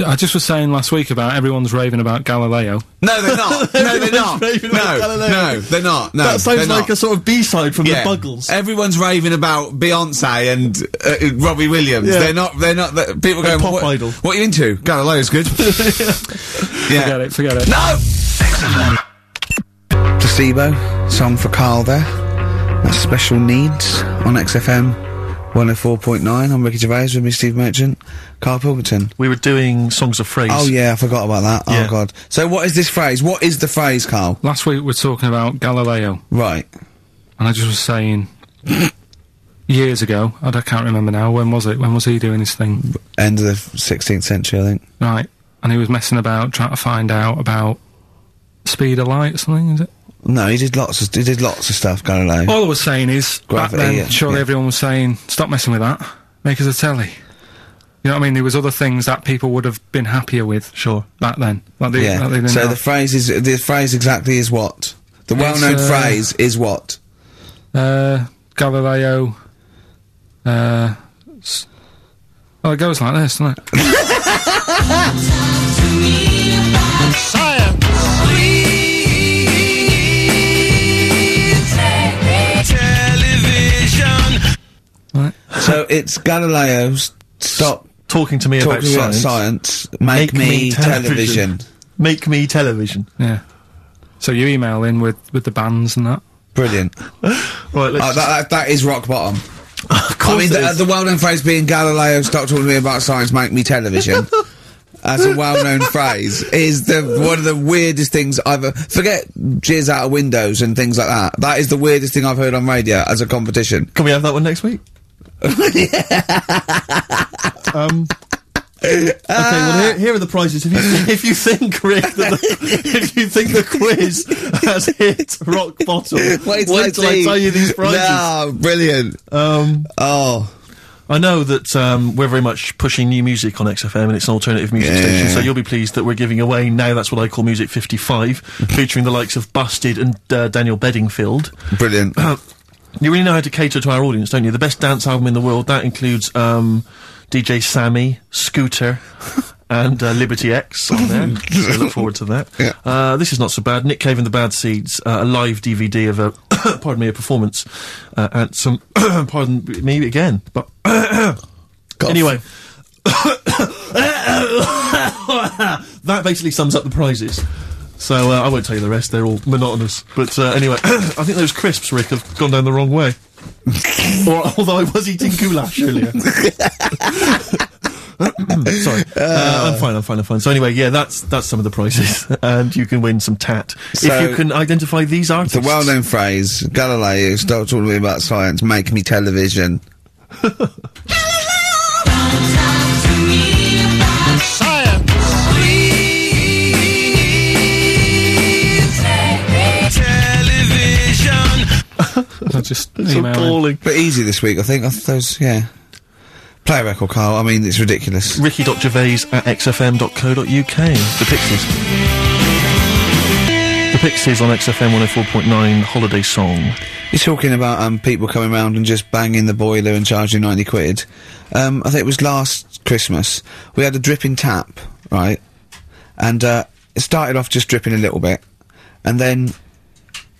Speaker 2: I just was saying last week about everyone's raving about Galileo.
Speaker 1: No, they're not. no, they're
Speaker 3: Everyone's
Speaker 1: not.
Speaker 3: raving about
Speaker 1: No,
Speaker 3: Galileo.
Speaker 1: no, they're not. No,
Speaker 3: that sounds
Speaker 1: they're
Speaker 3: like
Speaker 1: not.
Speaker 3: a sort of B-side from
Speaker 1: Yeah. Eh.
Speaker 3: the Buggles.
Speaker 1: Everyone's raving about Beyonce and uh, uh, Robbie Williams.
Speaker 3: Yeah.
Speaker 1: They're not. They're not. They're, people are going.
Speaker 3: And Pop
Speaker 1: what,
Speaker 3: Idol."
Speaker 1: What are you into? Galileo's good. yeah.
Speaker 2: Forget it, forget it.
Speaker 1: No. Placebo song for Carl there. That's special needs on XFM 104.9. I'm Ricky Gervais with me, Steve Merchant, Carl Pilkington.
Speaker 3: We were doing songs of phrase.
Speaker 1: Oh yeah, I forgot about that.
Speaker 3: Yeah.
Speaker 1: Oh god. So what is this phrase? What is the phrase, Carl?
Speaker 2: Last week we were talking about Galileo,
Speaker 1: Right.
Speaker 2: and I just was saying years ago, I d- I can't remember now, when was it? When was he doing his thing?
Speaker 1: End of the 16th century, I think.
Speaker 2: Right. And he was messing about trying to find out about speed of light or something, is it?
Speaker 1: No, he did lots of he did lots of stuff, Galileo.
Speaker 2: All I was saying is,
Speaker 1: Gravity,
Speaker 2: back then,
Speaker 1: yeah,
Speaker 2: surely
Speaker 1: yeah.
Speaker 2: everyone was saying, stop messing with that, make us a telly. You know what I mean? There was other things that people would have been happier with
Speaker 3: Sure.
Speaker 2: back then. Like they,
Speaker 1: Yeah.
Speaker 2: that they didn't
Speaker 1: So
Speaker 2: have.
Speaker 1: the phrase is the phrase exactly is what? The well-known
Speaker 2: uh,
Speaker 1: phrase is what?
Speaker 2: uh, Galileo. Uh, s- well, it goes like this, doesn't it? Right.
Speaker 1: so it's Galileo's stop
Speaker 3: Talking to me about
Speaker 1: talking about
Speaker 3: science.
Speaker 1: science, make, me, television.
Speaker 3: Make me television.
Speaker 2: Yeah. So you email in with, with the bands and that.
Speaker 1: Brilliant.
Speaker 3: Right, let's.
Speaker 1: Oh, that, that, that is rock bottom.
Speaker 3: of
Speaker 1: I
Speaker 3: course
Speaker 1: mean,
Speaker 3: it
Speaker 1: the, uh,
Speaker 3: is.
Speaker 1: the well-known phrase being Galileo stop talking to me about science, make me television. As a well-known phrase, is the one of the weirdest things I've uh, forget jizz out of windows and things like that. That is the weirdest thing I've heard on radio as a competition.
Speaker 3: Can we have that one next week? um. Okay, well here, here are the prizes. If you if you think Rick, that the, if you think the quiz has hit rock bottom,
Speaker 1: Wait
Speaker 3: till I
Speaker 1: see.
Speaker 3: tell you these prizes.
Speaker 1: No, brilliant.
Speaker 3: Um,
Speaker 1: Oh,
Speaker 3: I know that um, we're very much pushing new music on XFM, and it's an alternative music
Speaker 1: Yeah.
Speaker 3: station. So you'll be pleased that we're giving away now. That's what I call Music 55, featuring the likes of Busted and uh, Daniel Bedingfield.
Speaker 1: Brilliant.
Speaker 3: uh, You really know how to cater to our audience, don't you? The best dance album in the world. That includes um, DJ Sammy, Scooter, and uh, Liberty X on there. so look forward to that.
Speaker 1: Yeah.
Speaker 3: Uh, this is not so bad. Nick Cave and the Bad Seeds, uh, a live DVD of a, pardon me, a performance uh, at some, pardon me again, but
Speaker 1: Cough.
Speaker 3: anyway. that basically sums up the prizes. So uh, I won't tell you the rest; they're all monotonous. But uh, anyway, I think those crisps, Rick, have gone down the wrong way. or although I was eating goulash earlier. Sorry, uh, I'm fine. I'm fine. I'm fine. So anyway, yeah, that's that's some of the prizes, and you can win some tat if
Speaker 1: So-
Speaker 3: you can identify these artists.
Speaker 1: The well-known phrase, Galileo, stop talking to me about science, make me television.
Speaker 2: I just
Speaker 3: so
Speaker 2: email him.
Speaker 3: appalling.
Speaker 1: But easy this week, I think. I th- those, yeah. Play a record, Carl. I mean, it's ridiculous.
Speaker 3: ricky.gervais at xfm.co.uk. The Pixies. The Pixies on XFM 104.9 Holiday Song.
Speaker 1: You're talking about um, people coming round and just banging the boiler and charging 90 quid. Um, I think it was last Christmas. We had a dripping tap, right? And uh, it started off just dripping a little bit. And then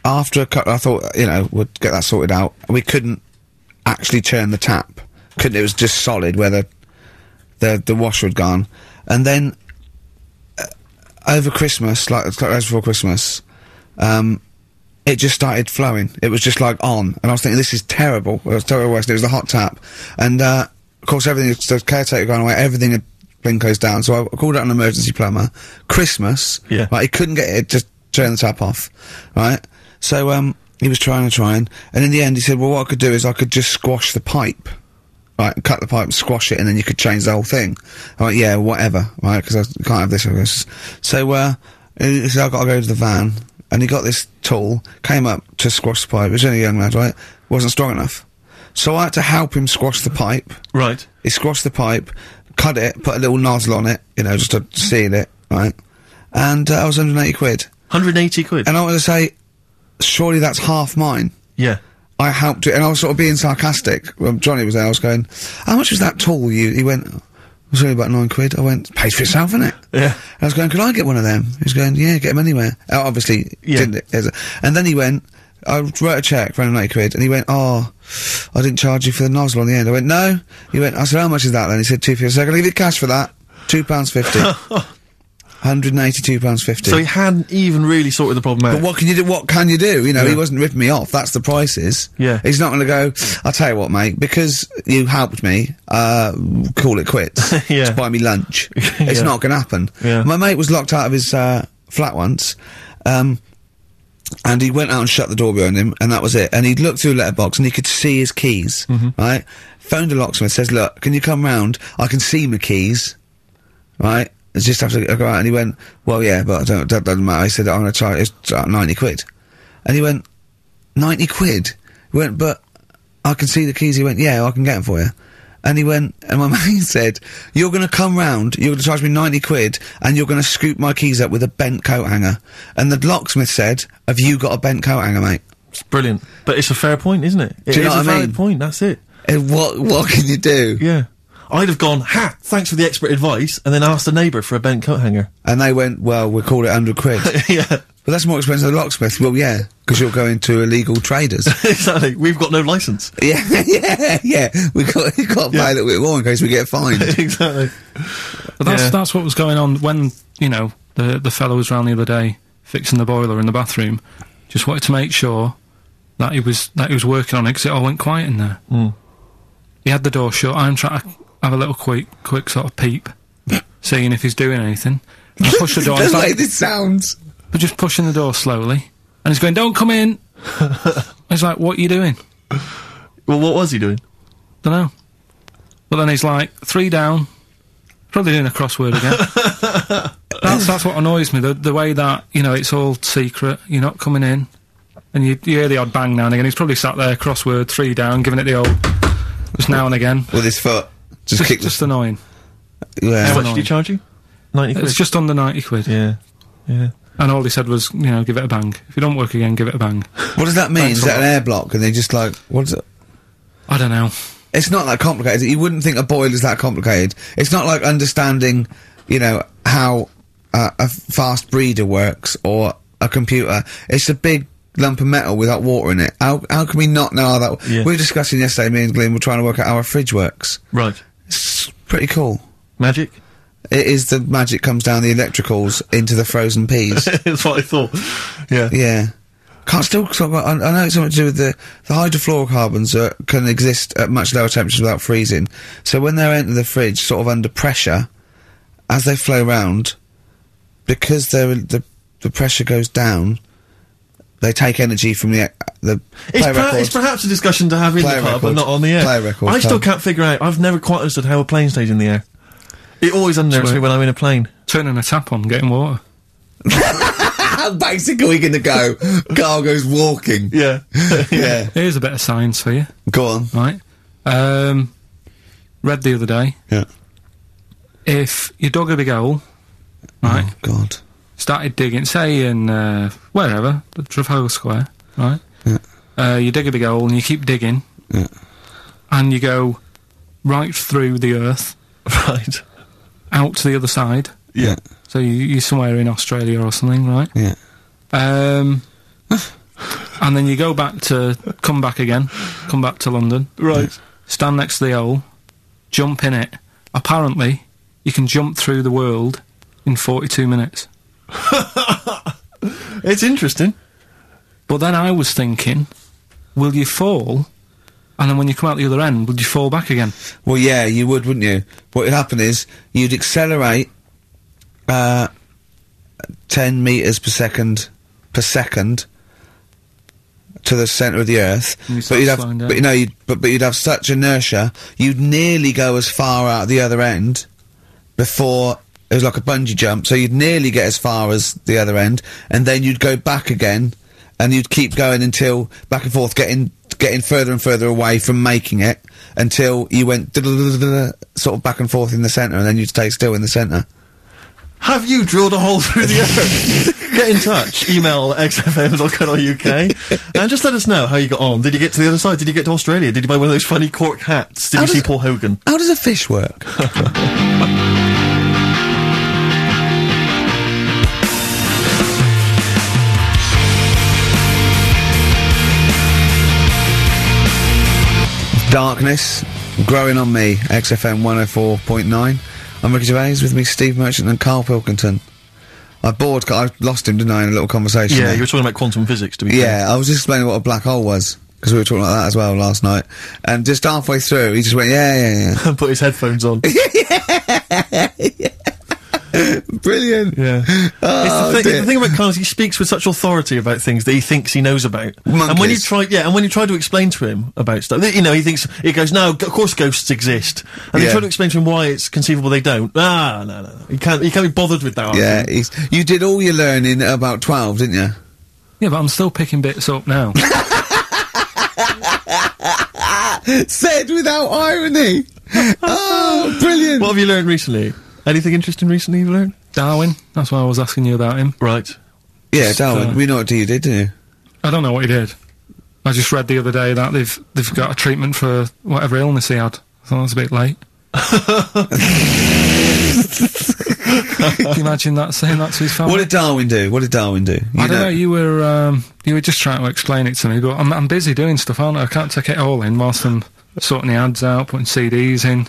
Speaker 1: after a couple, I thought, you know, we'd get that sorted out. We couldn't actually turn the tap. Couldn't, it was just solid where the, the, the washer had gone. And then uh, over Christmas, like, like as before Christmas, um, it just started flowing. It was just like on, and I was thinking, this is terrible. It was terrible. West. It was the hot tap, and uh, of course everything. The caretaker gone away. Everything had blinkos down. So I called out an emergency plumber. Christmas.
Speaker 3: Yeah.
Speaker 1: Right. He couldn't get it. Just turn the tap off. Right. So um, he was trying and trying, and in the end, he said, "Well, what I could do is I could just squash the pipe." Right, cut the pipe, and squash it, and then you could change the whole thing. I went, yeah, whatever, right? Because I can't have this. I guess. So, uh, he said, I've got to go to the van. And he got this tool, came up to squash the pipe. It was only a young lad, right? Wasn't strong enough. So I had to help him squash the pipe.
Speaker 3: Right.
Speaker 1: He squashed the pipe, cut it, put a little nozzle on it, you know, just to seal it, right? And uh, I was 180 quid.
Speaker 3: 180 quid.
Speaker 1: And I was going to say, surely that's half mine.
Speaker 3: yeah.
Speaker 1: I helped it, and I was sort of being sarcastic. Well, Johnny was there. I was going, "How much was that tool?" You, he went, "It was only about nine quid." I went, "Pays for itself, isn't it?"
Speaker 3: Yeah.
Speaker 1: I was going, "Could I get one of them?" He was going, "Yeah, get them anywhere." Uh, obviously,
Speaker 3: Yeah.
Speaker 1: didn't it? As a- And then he went, "I wrote a check, ran him eight quid," and he went, "Oh, I didn't charge you for the nozzle on the end." I went, "No." He went, "I said, how much is that?" Then he said, two fifty. I said, "Can I give you cash for that?" Two pounds fifty. Hundred and eighty-two pounds fifty.
Speaker 3: So he hadn't even really sorted the problem out.
Speaker 1: But what can you do? What can you do? You know,
Speaker 3: Yeah.
Speaker 1: he wasn't ripping me off. That's the prices.
Speaker 3: Yeah.
Speaker 1: he's not going to go. I'll tell you what, mate. Because you helped me, uh, call it quits.
Speaker 3: Yeah.
Speaker 1: Just buy me lunch. It's
Speaker 3: Yeah.
Speaker 1: not going to happen.
Speaker 3: Yeah.
Speaker 1: My mate was locked out of his uh, flat once. Um, and he went out and shut the door behind him, and that was it. And he looked through a letterbox, and he could see his keys. Right, phoned a locksmith, says, "Look, can you come round? I can see my keys." Right, I just have to go out. And he went, "Well, yeah, but I don't, that doesn't matter." He said, "I'm going to charge it's uh, ninety quid," and he went, 90 quid. He went, but I can see the keys. He went, yeah, I can get them for you. And he went, and my mate said, you're going to come round, you're going to charge me 90 quid, and you're going to scoop my keys up with a bent coat hanger. And the locksmith said, have you got a bent coat hanger, mate?
Speaker 3: It's brilliant. But it's a fair point, isn't it? It
Speaker 1: you know
Speaker 3: is
Speaker 1: what
Speaker 3: a
Speaker 1: I
Speaker 3: valid
Speaker 1: mean?
Speaker 3: point. That's it.
Speaker 1: And Eh, what, what can you do?
Speaker 3: Yeah. I'd have gone, ha, thanks for the expert advice, and then asked a neighbour for a bent coat hanger.
Speaker 1: And they went, well, we'll call it 100 quid. but
Speaker 3: yeah.
Speaker 1: that's more expensive than the locksmith. Well, yeah, because you're going to illegal traders.
Speaker 3: Exactly. We've got no licence.
Speaker 1: yeah, yeah, yeah. We've got, we got to
Speaker 3: Yeah.
Speaker 1: pay a little bit more in case we get fined.
Speaker 3: exactly.
Speaker 2: But that's
Speaker 3: Yeah.
Speaker 2: that's what was going on when you know the the fellow was round the other day fixing the boiler in the bathroom. Just wanted to make sure that he was that he was working on it because it all went quiet in there.
Speaker 3: Hmm.
Speaker 2: He had the door shut. I'm trying to have a little quick quick sort of peep, seeing if he's doing anything. And I push the door.
Speaker 1: That's
Speaker 2: it's like-
Speaker 1: like this sounds.
Speaker 2: but just pushing the door slowly, and he's going, "Don't come in." he's like, "What are you doing?"
Speaker 3: Well, what was he doing?
Speaker 2: Don't know. But then he's like three down, probably doing a crossword again. that's that's what annoys me. The the way that you know it's all secret. You're not coming in, and you, you hear the odd bang now and again. He's probably sat there crossword three down, giving it the old. Just now and again.
Speaker 1: with his foot. Just,
Speaker 2: Just,
Speaker 1: kicked
Speaker 2: just annoying.
Speaker 1: the. Yeah.
Speaker 3: How
Speaker 2: Come
Speaker 3: much did he
Speaker 2: on.
Speaker 3: charge you? 90 quid.
Speaker 2: It's just under 90 quid.
Speaker 3: yeah. Yeah.
Speaker 2: And all he said was, you know, give it a bang. If you don't work again, give it a bang.
Speaker 1: What does that mean?
Speaker 2: Thanks
Speaker 1: Is
Speaker 2: a
Speaker 1: that
Speaker 2: lot.
Speaker 1: an air block? And they just like, what is it?
Speaker 2: I don't know.
Speaker 1: It's not that complicated. You wouldn't think a boil is that complicated. It's not like understanding, you know, how uh, a fast breeder works or a computer. It's a big lump of metal without water in it. How how can we not know how that?
Speaker 3: Yeah.
Speaker 1: We were discussing yesterday. Me and Glenn were trying to work out how a fridge works.
Speaker 3: Right.
Speaker 1: It's pretty cool.
Speaker 3: Magic?
Speaker 1: It is the magic comes down the electricals into the frozen peas.
Speaker 3: That's what I thought. Yeah.
Speaker 1: Yeah. Can't still. sort of- I, I know it's something to do with the the hydrofluorocarbons uh, can exist at much lower temperatures without freezing. So when they're entered the fridge, sort of under pressure, as they flow round, because they're the the pressure goes down, they take energy from the the
Speaker 3: It's,
Speaker 1: play
Speaker 3: per-
Speaker 1: record.
Speaker 3: it's perhaps a discussion to have in
Speaker 1: Play
Speaker 3: the pub, but
Speaker 1: record.
Speaker 3: not on the air.
Speaker 1: Play record
Speaker 3: I still
Speaker 1: club.
Speaker 3: can't figure out. I've never quite understood how a plane stays in the air. It always unnerves
Speaker 2: Swear.
Speaker 3: me when I'm in a plane.
Speaker 2: Turning a tap on, getting water.
Speaker 1: How basic are we going to go? Cargo's walking.
Speaker 3: Yeah.
Speaker 1: Yeah.
Speaker 2: Here's a bit of science for you,
Speaker 1: Go on.
Speaker 2: right? Um, read the other day
Speaker 1: Yeah.
Speaker 2: if your dog a big owl, right,
Speaker 1: Oh God.
Speaker 2: started digging, say in uh, wherever, the Trafalgar Square, right?
Speaker 1: Yeah.
Speaker 2: Uh, you dig a big hole and you keep digging,
Speaker 1: Yeah.
Speaker 2: and you go right through the earth
Speaker 3: right.
Speaker 2: out to the other side.
Speaker 1: Yeah.
Speaker 2: So you, you're somewhere in Australia or something, right?
Speaker 1: Yeah.
Speaker 2: Um, and then you go back to come back again, come back to London,
Speaker 3: Right.
Speaker 2: stand next to the hole, jump in it. Apparently, you can jump through the world in 42 minutes.
Speaker 3: It's interesting.
Speaker 2: But then I was thinking, will you fall? And then when you come out the other end, would you fall back again?
Speaker 1: Well, yeah, you would, wouldn't you? What would happen is you'd accelerate uh, ten meters per second per second to the center of the Earth,
Speaker 2: And you'd
Speaker 1: but
Speaker 2: start
Speaker 1: you'd have,
Speaker 2: slowing down.
Speaker 1: but you know, you'd, but but you'd have such inertia, you'd nearly go as far out the other end before it was like a bungee jump. So you'd nearly get as far as the other end, and then you'd go back again, and you'd keep going until back and forth, getting getting further and further away from making it until you went sort of back and forth in the center, and then you'd stay still in the center.
Speaker 3: Have you drilled a hole through the earth? get in touch. Email xfm.co.uk and just let us know how you got on. Did you get to the other side? Did you get to Australia? Did you buy one of those funny cork hats? Did
Speaker 1: How
Speaker 3: you see
Speaker 1: does-
Speaker 3: Paul Hogan?
Speaker 1: How does a fish work? Darkness growing on me, XFM 104.9. I'm Ricky Gervais with me, Steve Merchant and Carl Pilkington. I bored, I lost him, didn't I, in a little conversation?
Speaker 3: Yeah,
Speaker 1: there?
Speaker 3: you were talking about quantum physics, to be fair.
Speaker 1: Yeah, I was just explaining what a black hole was because we were talking about that as well last night. And just halfway through, he just went, "Yeah, yeah,
Speaker 3: And put his headphones on.
Speaker 1: yeah, brilliant."
Speaker 3: Yeah.
Speaker 1: Oh,
Speaker 3: it's the, thing,
Speaker 1: dear.
Speaker 3: the thing about Carl is he speaks with such authority about things that he thinks he knows about. And when you
Speaker 1: Monkeys.
Speaker 3: try, yeah, and when you try to explain to him about stuff, th- you know, he thinks he goes, "No, g- of course ghosts exist." And you
Speaker 1: Yeah.
Speaker 3: try to explain to him why it's conceivable they don't. Ah, no, no, no. He can't. He can't be bothered with that.
Speaker 1: Yeah,
Speaker 3: argument.
Speaker 1: he's, you did all your learning at about twelve, didn't you?
Speaker 2: Yeah, but I'm still picking bits up now.
Speaker 1: Said without irony. oh, brilliant!
Speaker 3: What have you learned recently? Anything interesting recently you've learned?
Speaker 2: Darwin, that's why I was asking you about him.
Speaker 3: Right.
Speaker 1: yeah, Darwin,
Speaker 2: uh,
Speaker 1: we know what you did, didn't you?
Speaker 2: I don't know what he did. I just read the other day that they've they've got a treatment for whatever illness he had. I thought that's a bit late. Can you imagine that saying that to his family?
Speaker 1: What did Darwin do? What did Darwin do? You
Speaker 2: I don't know. You were um, you were just trying to explain it to me, but I'm, I'm busy doing stuff, aren't I? I can't take it all in whilst I'm sorting the ads out, putting CDs in.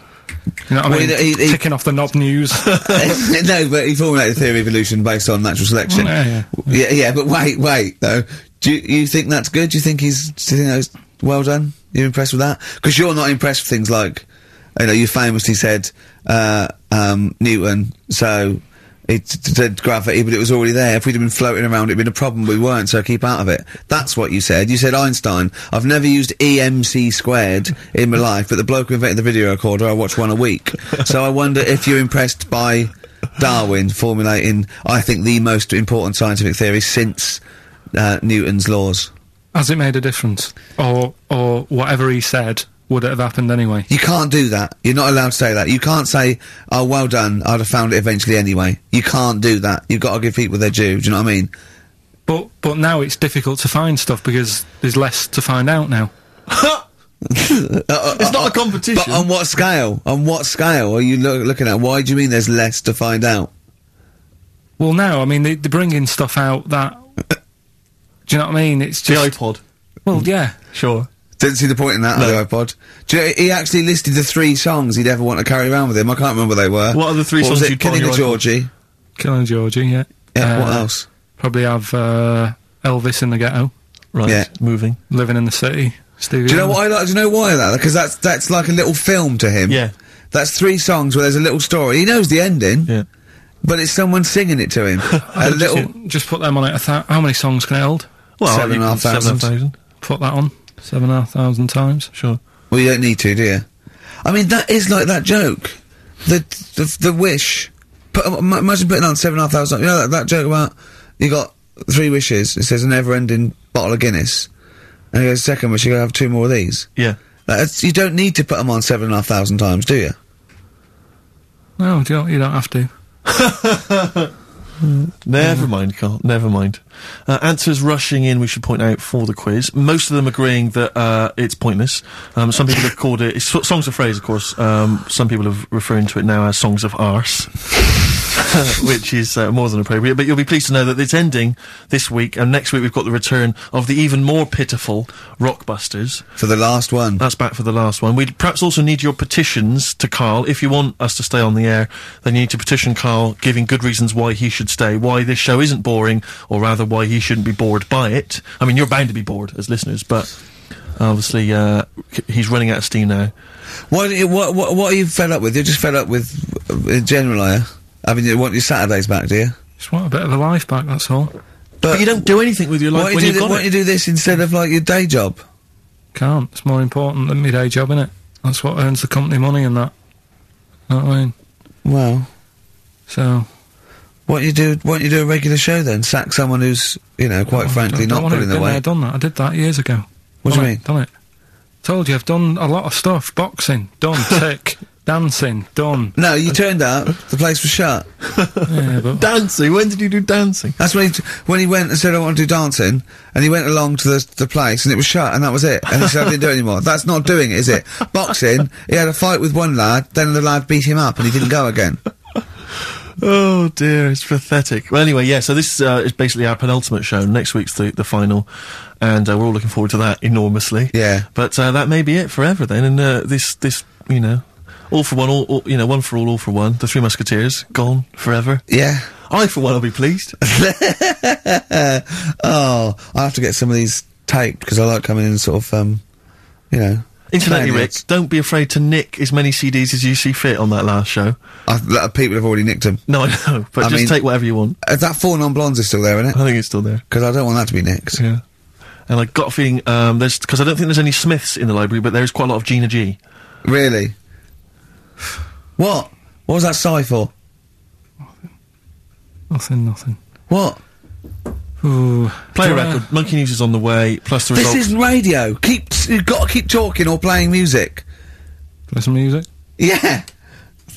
Speaker 2: You know what
Speaker 1: Well,
Speaker 2: I mean?
Speaker 1: he- he-
Speaker 2: Ticking off the knob news.
Speaker 1: no, but he formulated the theory of evolution based on natural selection.
Speaker 2: Oh, yeah,
Speaker 1: yeah. but wait, wait, though. Do you, you think that's good? Do you think he's do you think that's well done? You're impressed with that? Because you're not impressed with things like, you know, you famously said uh, um, Newton, so it t- said gravity, but it was already there. If we'd have been floating around, it'd been a problem. We weren't, so keep out of it. That's what you said. You said Einstein. I've never used EMC squared in my life, but the bloke who invented the video recorder, I watch one a week. so I wonder if you're impressed by Darwin formulating, I think, the most important scientific theory since uh, Newton's laws.
Speaker 2: Has it made a difference, or or whatever he said would it have happened anyway?
Speaker 1: You can't do that. You're not allowed to say that. You can't say, "Oh, well done. I'd have found it eventually anyway." You can't do that. You've got to give people their due. Do you know what I mean?
Speaker 2: But but now it's difficult to find stuff because there's less to find out now.
Speaker 3: it's not a competition.
Speaker 1: But on what scale? On what scale are you loo- looking at? Why do you mean there's less to find out?
Speaker 2: Well, now I mean they, they're bringing stuff out that. do you know what I mean? It's
Speaker 3: the
Speaker 2: just
Speaker 3: iPod,
Speaker 2: well, yeah.
Speaker 3: sure.
Speaker 1: Didn't see the point in that on the iPod. Do you, he actually listed the three songs he'd ever want to carry around with him. I can't remember what they were.
Speaker 3: What are the three
Speaker 1: was
Speaker 3: songs
Speaker 1: it?
Speaker 3: you'd put
Speaker 1: Kenny
Speaker 3: on
Speaker 1: the
Speaker 3: your iPod?
Speaker 1: Georgie?
Speaker 2: Killing Georgie, yeah.
Speaker 1: Yeah. what
Speaker 2: Uh,
Speaker 1: else?
Speaker 2: Probably have uh, Elvis in the ghetto,
Speaker 3: Right,
Speaker 1: Yeah.
Speaker 3: moving.
Speaker 2: living in the city. Stevie
Speaker 1: Do you know
Speaker 2: Wonder.
Speaker 1: what I like? Do you know why that? Because that's that's like a little film to him.
Speaker 3: Yeah.
Speaker 1: That's three songs where there's a little story. He knows the ending,
Speaker 3: Yeah.
Speaker 1: but it's someone singing it to him. a little.
Speaker 2: Just put them on it. A thou- How many songs can it hold?
Speaker 3: Well,
Speaker 1: Seven
Speaker 3: you
Speaker 1: and a half
Speaker 3: can-
Speaker 1: thousand.
Speaker 3: Seven thousand.
Speaker 2: Put that on seven and a half thousand times.
Speaker 3: Sure.
Speaker 1: Well, you don't need to, do you? I mean, that is like that joke. The the, the wish. Put, um, im- imagine putting on seven and a half thousand. You know that, that joke about you got three wishes. It says a never-ending bottle of Guinness, and he goes second wish. You gotta have two more of these.
Speaker 3: Yeah.
Speaker 1: That's, you don't need to put them on seven and a half thousand times, do you?
Speaker 2: No, you don't. You don't have to.
Speaker 3: Never mind, Carl. Never mind. Uh, answers rushing in, we should point out, for the quiz. Most of them agreeing that uh, it's pointless. Um, some people have called it. It's so- Songs of Phrase, of course. Um, some people have referring to it now as Songs of Arse, which is uh, more than appropriate. But you'll be pleased to know that it's ending this week, and next week we've got the return of the even more pitiful Rockbusters.
Speaker 1: For the last one.
Speaker 3: That's back for the last one. We'd perhaps also need your petitions to Carl. If you want us to stay on the air, then you need to petition Carl, giving good reasons why he should stay, why this show isn't boring, or rather why he shouldn't be bored by it. I mean, you're bound to be bored as listeners, but obviously uh, c- he's running out of steam now.
Speaker 1: Why do you, what, what what are you fed up with? You're just fed up with uh, in general, are you? I mean, you want your Saturdays back, do you?
Speaker 2: Just want a bit of a life back. That's all.
Speaker 3: But, you don't do anything with your
Speaker 1: Why
Speaker 3: life
Speaker 1: don't
Speaker 3: when
Speaker 1: you,
Speaker 3: you've
Speaker 1: do,
Speaker 3: got
Speaker 1: why
Speaker 3: it.
Speaker 1: don't you do this instead of like your day job?
Speaker 2: Can't. It's more important than my day job, innit? That's what earns the company money and that. Know what I mean?
Speaker 1: Well,
Speaker 2: So
Speaker 1: why don't you do why don't you do a regular show then? Sack someone who's you know
Speaker 3: Oh,
Speaker 1: quite
Speaker 2: I
Speaker 1: frankly
Speaker 2: don't- don't
Speaker 1: not
Speaker 2: want it,
Speaker 1: putting the
Speaker 2: didn't I? I
Speaker 1: weight.
Speaker 2: done that. I did that years ago.
Speaker 1: What do
Speaker 2: Done
Speaker 1: you
Speaker 2: it,
Speaker 1: mean?
Speaker 2: Done it. Told you, I've done a lot of stuff. Boxing, done. tick. Dancing, done.
Speaker 1: No, you turned up. The place was shut.
Speaker 2: Yeah, but
Speaker 3: Dancing? When did you do dancing?
Speaker 1: That's when he when he went and said I want to do dancing, and he went along to the the place and it was shut, and that was it. And he said I didn't do it anymore. That's not doing it, is it? Boxing. He had a fight with one lad, then the lad beat him up, and he didn't go again.
Speaker 3: Oh dear, it's pathetic. Well, anyway, yeah. So this uh, is basically our penultimate show. Next week's the the final, and uh, we're all looking forward to that enormously.
Speaker 1: Yeah.
Speaker 3: But uh, that may be it forever then. And uh, this this you know, all for one, all, all you know, one for all, all for one. The Three Musketeers gone forever.
Speaker 1: Yeah.
Speaker 3: I for one, I'll be pleased.
Speaker 1: Oh, I have to get some of these taped because I like coming in sort of, um, you know.
Speaker 3: Incidentally,
Speaker 1: playing
Speaker 3: Rick,
Speaker 1: it.
Speaker 3: don't be afraid to nick as many CDs as you see fit on that last show.
Speaker 1: I, that- people have already nicked them.
Speaker 3: No, I know, but
Speaker 1: I
Speaker 3: just
Speaker 1: mean-
Speaker 3: take whatever you want.
Speaker 1: Uh, that Four Non Blondes is still there, isn't it?
Speaker 3: I think it's still there.
Speaker 1: Because I don't want that to be nicked.
Speaker 3: Yeah. And I got a feeling um, there's because I don't think there's any Smiths in the library, but there is quite a lot of Gina G.
Speaker 1: Really? What? What was that sigh for?
Speaker 2: nothing, nothing.
Speaker 1: What?
Speaker 2: Ooh.
Speaker 3: Play a
Speaker 2: Do you wanna-
Speaker 3: record. Monkey News is on the way. Plus the
Speaker 1: This
Speaker 3: results.
Speaker 1: isn't radio. Keep you've got to keep talking or playing music.
Speaker 2: Play some music.
Speaker 1: Yeah.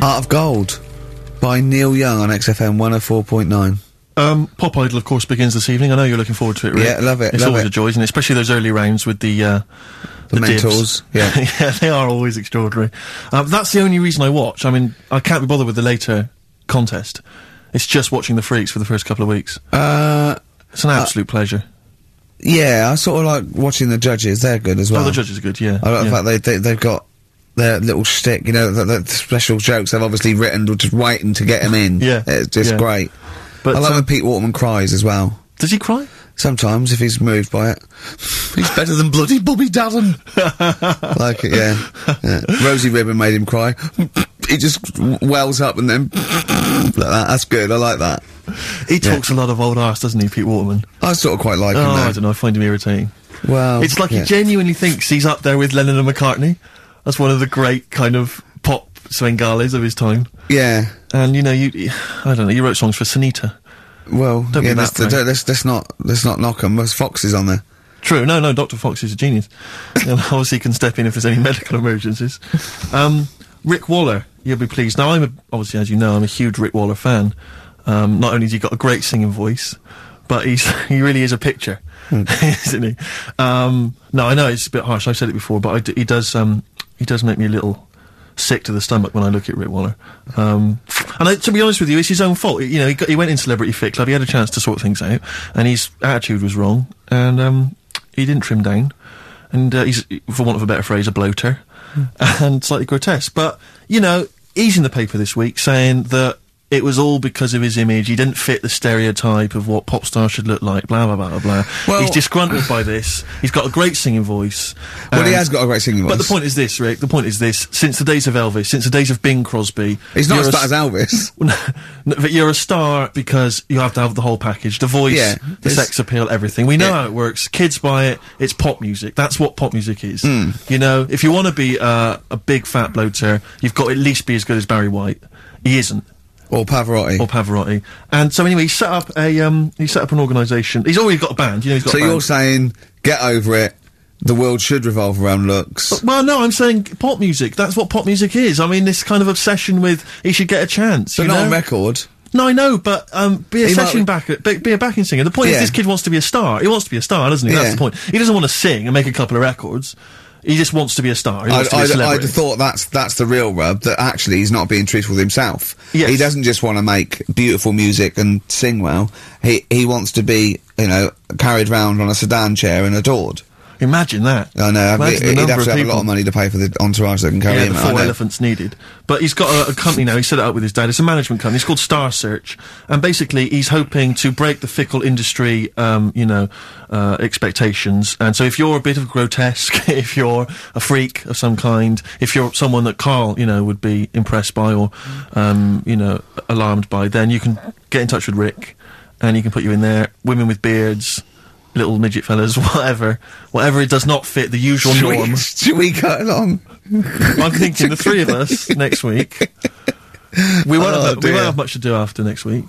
Speaker 1: Heart of Gold by Neil Young on XFM 104.9.
Speaker 3: um, Pop Idol, of course, begins this evening. I know you're looking forward to it. Rick.
Speaker 1: Yeah, love it,
Speaker 3: It's
Speaker 1: love
Speaker 3: always
Speaker 1: it.
Speaker 3: a joy, isn't it? Especially those early rounds with the uh,
Speaker 1: The
Speaker 3: divs.
Speaker 1: mentors, yeah.
Speaker 3: yeah, they are always extraordinary. Um, that's the only reason I watch. I mean, I can't be bothered with the later contest. It's just watching the freaks for the first couple of weeks.
Speaker 1: Uh,
Speaker 3: It's an absolute pleasure.
Speaker 1: yeah, I sort of like watching the judges. They're good as well.
Speaker 3: oh, the judges are good. Yeah,
Speaker 1: I like
Speaker 3: yeah.
Speaker 1: the fact they, they they've got their little shtick, you know, the, the special jokes they've obviously written, we're just waiting to get them in.
Speaker 3: Yeah,
Speaker 1: it's just
Speaker 3: yeah.
Speaker 1: great.
Speaker 3: But
Speaker 1: I like
Speaker 3: um,
Speaker 1: when Pete Waterman cries as well.
Speaker 3: does he cry?
Speaker 1: Sometimes, if he's moved by it, he's better than bloody Bobby Darin. like it, yeah. yeah. Rosie Ribbon made him cry. he just wells up and then like that. That's good. I like that.
Speaker 3: He talks a lot of old arse, doesn't he, Pete Waterman?
Speaker 1: I sort of quite like
Speaker 3: Oh, I
Speaker 1: him.
Speaker 3: don't know. I find him irritating.
Speaker 1: Though. Well,
Speaker 3: It's like
Speaker 1: yeah.
Speaker 3: he genuinely thinks he's up there with Lennon and McCartney. That's one of the great kind of pop Swengales of his time.
Speaker 1: yeah.
Speaker 3: And you know, you, I don't know, you wrote songs for Sunita.
Speaker 1: Well,
Speaker 3: Don't be
Speaker 1: yeah,
Speaker 3: that
Speaker 1: let's,
Speaker 3: frank.
Speaker 1: don't- let's, let's not let's not knock him. There's foxes on there.
Speaker 3: True. No, no, Dr. Fox is a genius. and obviously can step in if there's any medical emergencies. Um, Rick Waller, you'll be pleased. Now, I'm a, obviously, as you know, I'm a huge Rick Waller fan. Um, not only has he got a great singing voice, but he's he really is a picture, isn't he? Um, no, I know it's a bit harsh. I've said it before, but I d- he does um, he does make me a little sick to the stomach when I look at Rick Waller. Um, and I, to be honest with you, it's his own fault. You know, he, got, he went in Celebrity Fit Club. He had a chance to sort things out, and his attitude was wrong, and um, he didn't trim down. And uh, he's, for want of a better phrase, a bloater and slightly grotesque. But you know, he's in the paper this week saying that it was all because of his image. He didn't fit the stereotype of what pop star should look like. Blah blah blah blah.
Speaker 1: Well-
Speaker 3: he's disgruntled by this. He's got a great singing voice.
Speaker 1: Well, he
Speaker 3: and-
Speaker 1: has got a great singing voice.
Speaker 3: but the point is this, Rick. The point is this: since the days of Elvis, since the days of Bing Crosby,
Speaker 1: He's not
Speaker 3: you're
Speaker 1: as
Speaker 3: a
Speaker 1: bad
Speaker 3: s-
Speaker 1: as Elvis.
Speaker 3: No, but you're a star because you have to have the whole package: the voice,
Speaker 1: Yeah,
Speaker 3: the
Speaker 1: it's-
Speaker 3: sex appeal, everything. We know
Speaker 1: Yeah.
Speaker 3: how it works. Kids buy it. It's pop music. That's what pop music is.
Speaker 1: Hmm.
Speaker 3: You know, if you want to be uh, a big fat bloater, you've got to at least be as good as Barry White. He isn't
Speaker 1: Or Pavarotti.
Speaker 3: or Pavarotti. And so anyway, he set up a um, he set up an organisation. He's already got a band. You know, he's got.
Speaker 1: so
Speaker 3: a band.
Speaker 1: you're saying, get over it. The world should revolve around looks.
Speaker 3: Well, no, I'm saying pop music. That's what pop music is. I mean, this kind of obsession with he should get a chance.
Speaker 1: But
Speaker 3: you
Speaker 1: not
Speaker 3: know?
Speaker 1: on record.
Speaker 3: No, I know, but um, be a
Speaker 1: He might
Speaker 3: session
Speaker 1: be-
Speaker 3: backer, be, be a backing singer. The point
Speaker 1: Yeah.
Speaker 3: is, this kid wants to be a star. He wants to be a star, doesn't he?
Speaker 1: Yeah.
Speaker 3: That's the point. He doesn't want to sing and make a couple of records. He just wants to be a star. He
Speaker 1: I'd,
Speaker 3: wants to be a
Speaker 1: I'd, I'd
Speaker 3: celebrity.
Speaker 1: have thought that's that's the real rub. That actually he's not being truthful with himself.
Speaker 3: Yes.
Speaker 1: He doesn't just want to make beautiful music and sing well. He he wants to be you know carried round on a sedan chair and adored.
Speaker 3: Imagine that.
Speaker 1: I know.
Speaker 3: Imagine
Speaker 1: He'd
Speaker 3: the
Speaker 1: he'd
Speaker 3: number
Speaker 1: have to
Speaker 3: of
Speaker 1: have a
Speaker 3: people-
Speaker 1: lot of money to pay for the entourage that can carry
Speaker 3: Yeah,
Speaker 1: him.
Speaker 3: the
Speaker 1: I
Speaker 3: four
Speaker 1: know.
Speaker 3: elephants needed. But he's got a, a company now. He set it up with his dad. It's a management company. It's called Star Search, and basically he's hoping to break the fickle industry, um, you know, uh, expectations. And so, if you're a bit of grotesque, if you're a freak of some kind, if you're someone that Carl, you know, would be impressed by or, um, you know, alarmed by, then you can get in touch with Rick, and he can put you in there. Women with beards. Little midget fellas, whatever, whatever it does not fit the usual
Speaker 1: Should
Speaker 3: norm.
Speaker 1: we, should we cut along?
Speaker 3: I'm thinking the three of us next week. We won't,
Speaker 1: Oh,
Speaker 3: have, we
Speaker 1: dear.
Speaker 3: won't have much to do after next week.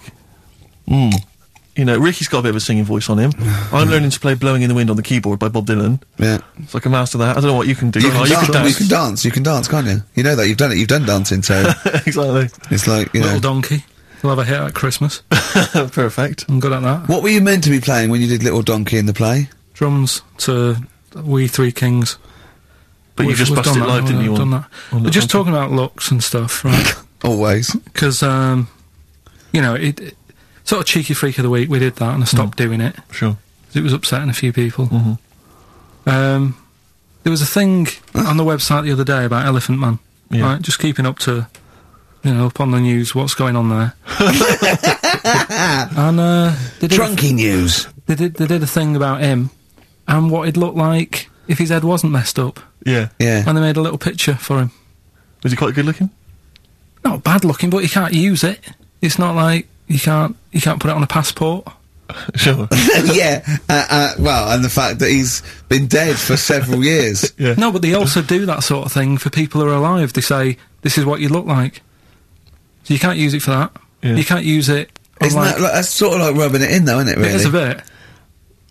Speaker 3: You know, Ricky's got a bit of a singing voice on him. I'm learning to play "Blowing in the Wind" on the keyboard by Bob Dylan.
Speaker 1: Yeah.
Speaker 3: So I can master that. I don't know what you can do. Oh,
Speaker 1: dance, you can dance. You can dance, can't you? You know that you've done it. You've done dancing, so
Speaker 3: exactly.
Speaker 1: it's like you know.
Speaker 2: Little donkey. You'll have a hit at Christmas.
Speaker 3: Perfect.
Speaker 2: I'm good at that.
Speaker 1: What were you meant to be playing when you did Little Donkey in the play?
Speaker 2: Drums to We Three Kings.
Speaker 3: But you
Speaker 2: We've-
Speaker 3: just
Speaker 2: we've
Speaker 3: busted
Speaker 2: done that,
Speaker 3: live, didn't
Speaker 2: we've
Speaker 3: you?
Speaker 2: Done
Speaker 3: on-
Speaker 2: that.
Speaker 3: on the-
Speaker 2: We're just
Speaker 3: on-
Speaker 2: talking about looks and stuff, right?
Speaker 1: Always.
Speaker 2: Because um, you know, it, it- sort of cheeky freak of the week. We did that, and I
Speaker 3: Mm.
Speaker 2: stopped doing it.
Speaker 3: Sure.
Speaker 2: 'cause It was upsetting a few people.
Speaker 1: Mm-hmm.
Speaker 2: Um, there was a thing on the website the other day about Elephant Man.
Speaker 3: Yeah.
Speaker 2: Right, just keeping up to, you know, up on the news, what's going on there. and uh, they did a-
Speaker 1: Drunky news.
Speaker 2: they did they did a thing about him and what he'd look like if his head wasn't messed up.
Speaker 3: Yeah.
Speaker 1: Yeah.
Speaker 2: And they made a little picture for him.
Speaker 3: Was he quite good looking?
Speaker 2: Not bad looking, but you can't use it. It's not like you can't you can't put it on a passport.
Speaker 3: Sure.
Speaker 1: yeah. Uh, uh, well, and the fact that he's been dead for several years.
Speaker 3: yeah.
Speaker 2: No, but they also do that sort of thing for people who are alive. They say this is what you look like. So you can't use it for that.
Speaker 3: Yeah.
Speaker 2: You can't use it.
Speaker 3: Oh
Speaker 2: on,
Speaker 1: Isn't
Speaker 2: like,
Speaker 1: that like, that's sort of like rubbing it in, though, isn't it? Really?
Speaker 2: It is a bit.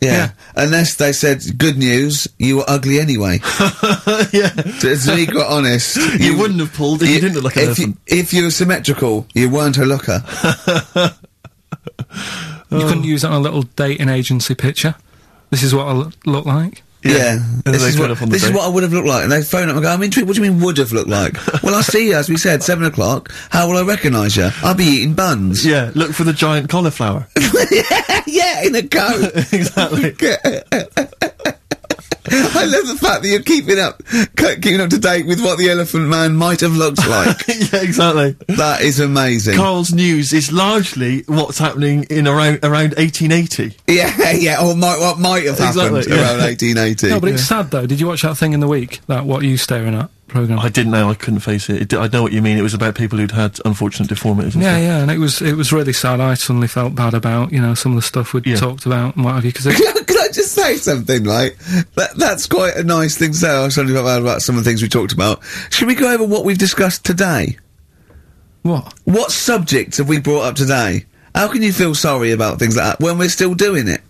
Speaker 1: Yeah.
Speaker 2: yeah.
Speaker 1: Unless they said, "Good news, you were ugly anyway."
Speaker 3: yeah.
Speaker 1: to, to be quite honest,
Speaker 3: You wouldn't have pulled if you didn't look like an
Speaker 1: if you,
Speaker 3: elephant.
Speaker 1: if you were symmetrical, you weren't a looker.
Speaker 2: You
Speaker 3: Oh.
Speaker 2: couldn't use it on a little dating agency picture. This is what I lo- look like.
Speaker 1: Yeah,
Speaker 3: And
Speaker 1: this,
Speaker 3: they
Speaker 1: is
Speaker 3: turn
Speaker 1: what,
Speaker 3: up on the
Speaker 1: this is
Speaker 3: date.
Speaker 1: what I would have looked like. And they phone up and go, "I mean, what do you mean would have looked like?" well, I see you as we said, seven o'clock. How will I recognise you? I'll be eating buns.
Speaker 3: Yeah. Look for the giant cauliflower.
Speaker 1: yeah, in a coat.
Speaker 3: exactly.
Speaker 1: I love the fact that you're keeping up, c- keeping up to date with what the Elephant Man might have looked like.
Speaker 3: yeah. Exactly.
Speaker 1: that is amazing.
Speaker 3: Carl's news is largely what's happening in around around 1880.
Speaker 1: yeah, yeah. Or might, what might have happened
Speaker 3: Exactly, yeah.
Speaker 1: around 1880.
Speaker 2: No, but it's sad though. Did you watch that thing in the week? That what are you staring at program?
Speaker 3: I didn't know. I couldn't face it. it di- I know what you mean. It was about people who'd had unfortunate deformities. And
Speaker 2: Yeah,
Speaker 3: stuff.
Speaker 2: yeah, and it was it was really sad. I suddenly felt bad about you know some of the stuff we'd
Speaker 3: Yeah.
Speaker 2: talked about and what have you because
Speaker 1: Can I just say something? Like that, that's quite a nice thing to say. I was only about about some of the things we talked about. Should we go over what we've discussed today?
Speaker 2: what?
Speaker 1: What subjects have we brought up today? How can you feel sorry about things like that when we're still doing it?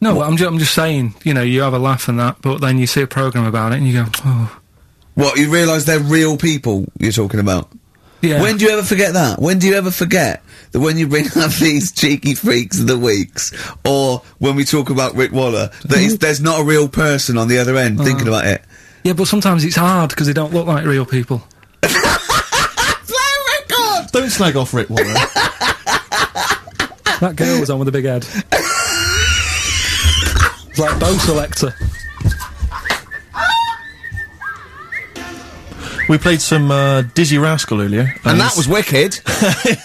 Speaker 2: No, but I'm, ju- I'm just saying, you know, you have a laugh and that, but then you see a programme about it and you go, oh.
Speaker 1: What, you realise they're real people you're talking about?
Speaker 2: Yeah.
Speaker 1: When do you ever forget that? When do you ever forget that when you bring up these cheeky freaks of the weeks, or when we talk about Rick Waller, that he's, there's not a real person on the other end thinking about it?
Speaker 2: yeah, but sometimes it's hard because they don't look like real people.
Speaker 3: Don't slag off Rick Warren.
Speaker 4: That girl was on with a big head. It's like bow selector.
Speaker 3: we played some uh, Dizzy Rascal earlier,
Speaker 1: And that was wicked.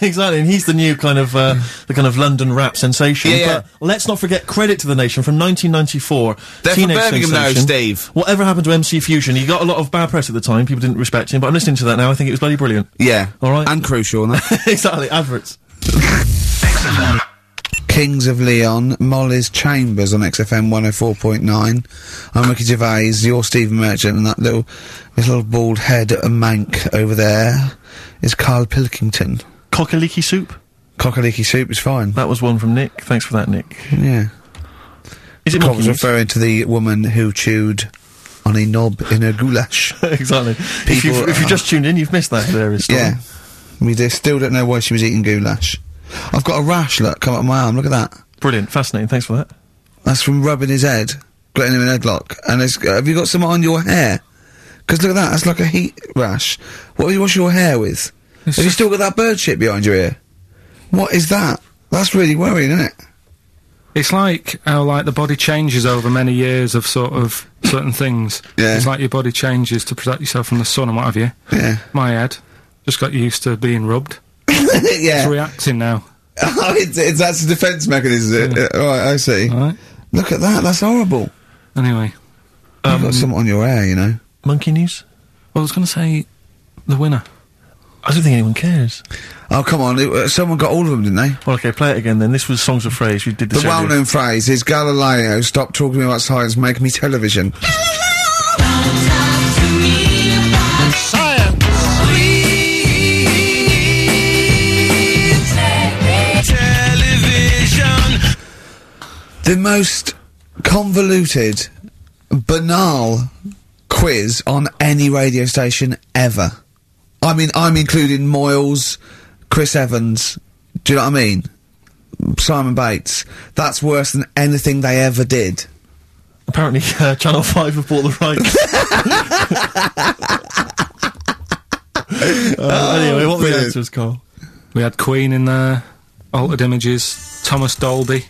Speaker 3: exactly. And he's the new kind of uh, the kind of London rap sensation.
Speaker 1: Yeah, yeah.
Speaker 3: But let's not forget credit to the nation from 1994.
Speaker 1: They're from
Speaker 3: teenage
Speaker 1: Birmingham now,
Speaker 3: sensation.
Speaker 1: Steve.
Speaker 3: Whatever happened to MC Fusion? He got a lot of bad press at the time. People didn't respect him. But I'm listening to that now. I think it was bloody brilliant.
Speaker 1: Yeah.
Speaker 3: All right.
Speaker 1: And crucial. no?
Speaker 3: exactly. Adverts.
Speaker 1: Kings of Leon, Molly's Chambers on XFM 104.9. I'm Ricky Gervais, you're Stephen Merchant, and that little, this little bald head of a mank over there is Carl Pilkington.
Speaker 3: Cockaliki soup.
Speaker 1: Cockaliki soup is fine.
Speaker 3: That was one from Nick. Thanks for that, Nick.
Speaker 1: Yeah.
Speaker 3: Is it
Speaker 1: I
Speaker 3: monkey
Speaker 1: was
Speaker 3: news?
Speaker 1: referring to the woman who chewed on a knob in a goulash.
Speaker 3: exactly. if
Speaker 1: People
Speaker 3: you've, if you
Speaker 1: are-
Speaker 3: just tuned in, you've missed that hilarious story.
Speaker 1: yeah. We d- still don't know why she was eating goulash. I've got a rash, look, come up my arm, look at that.
Speaker 3: Brilliant. Fascinating. Thanks for that.
Speaker 1: That's from rubbing his head, getting him in a headlock. And it's, uh, have you got some on your hair? Because look at that, that's like a heat rash. What do you wash your hair with?
Speaker 2: It's
Speaker 1: have you
Speaker 2: just-
Speaker 1: still got that bird shit behind your ear? What is that? That's really worrying, isn't it?
Speaker 2: It's like how like the body changes over many years of sort of certain things.
Speaker 1: Yeah.
Speaker 2: It's like your body changes to protect yourself from the sun and what have you.
Speaker 1: Yeah.
Speaker 2: My head just got used to being rubbed. It's
Speaker 1: yeah.
Speaker 2: reacting now.
Speaker 1: Oh, it's, it's, that's a defence mechanism. Uh, uh, right, I see.
Speaker 2: All right.
Speaker 1: Look at that, that's horrible.
Speaker 2: Anyway,
Speaker 1: You've got something on your hair, you know.
Speaker 3: Monkey news.
Speaker 2: I was going to say the winner.
Speaker 3: I don't think anyone cares.
Speaker 1: Oh, come on, it- uh, someone got all of them, didn't they?
Speaker 3: Well, okay, play it again then. This was Songs of Phrase. You did this
Speaker 1: The
Speaker 3: earlier.
Speaker 1: well-known phrase is Galileo, stop talking about science, make me television. The most convoluted, banal quiz on any radio station ever. I mean, I'm including Moyles, Chris Evans. Do you know what I mean? Simon Bates. That's worse than anything they ever did.
Speaker 3: Apparently, uh, Channel 5 have bought the rights. uh, anyway, what were the
Speaker 1: brilliant.
Speaker 3: answers, Carl?
Speaker 2: We had Queen in there, altered images, Thomas Dolby,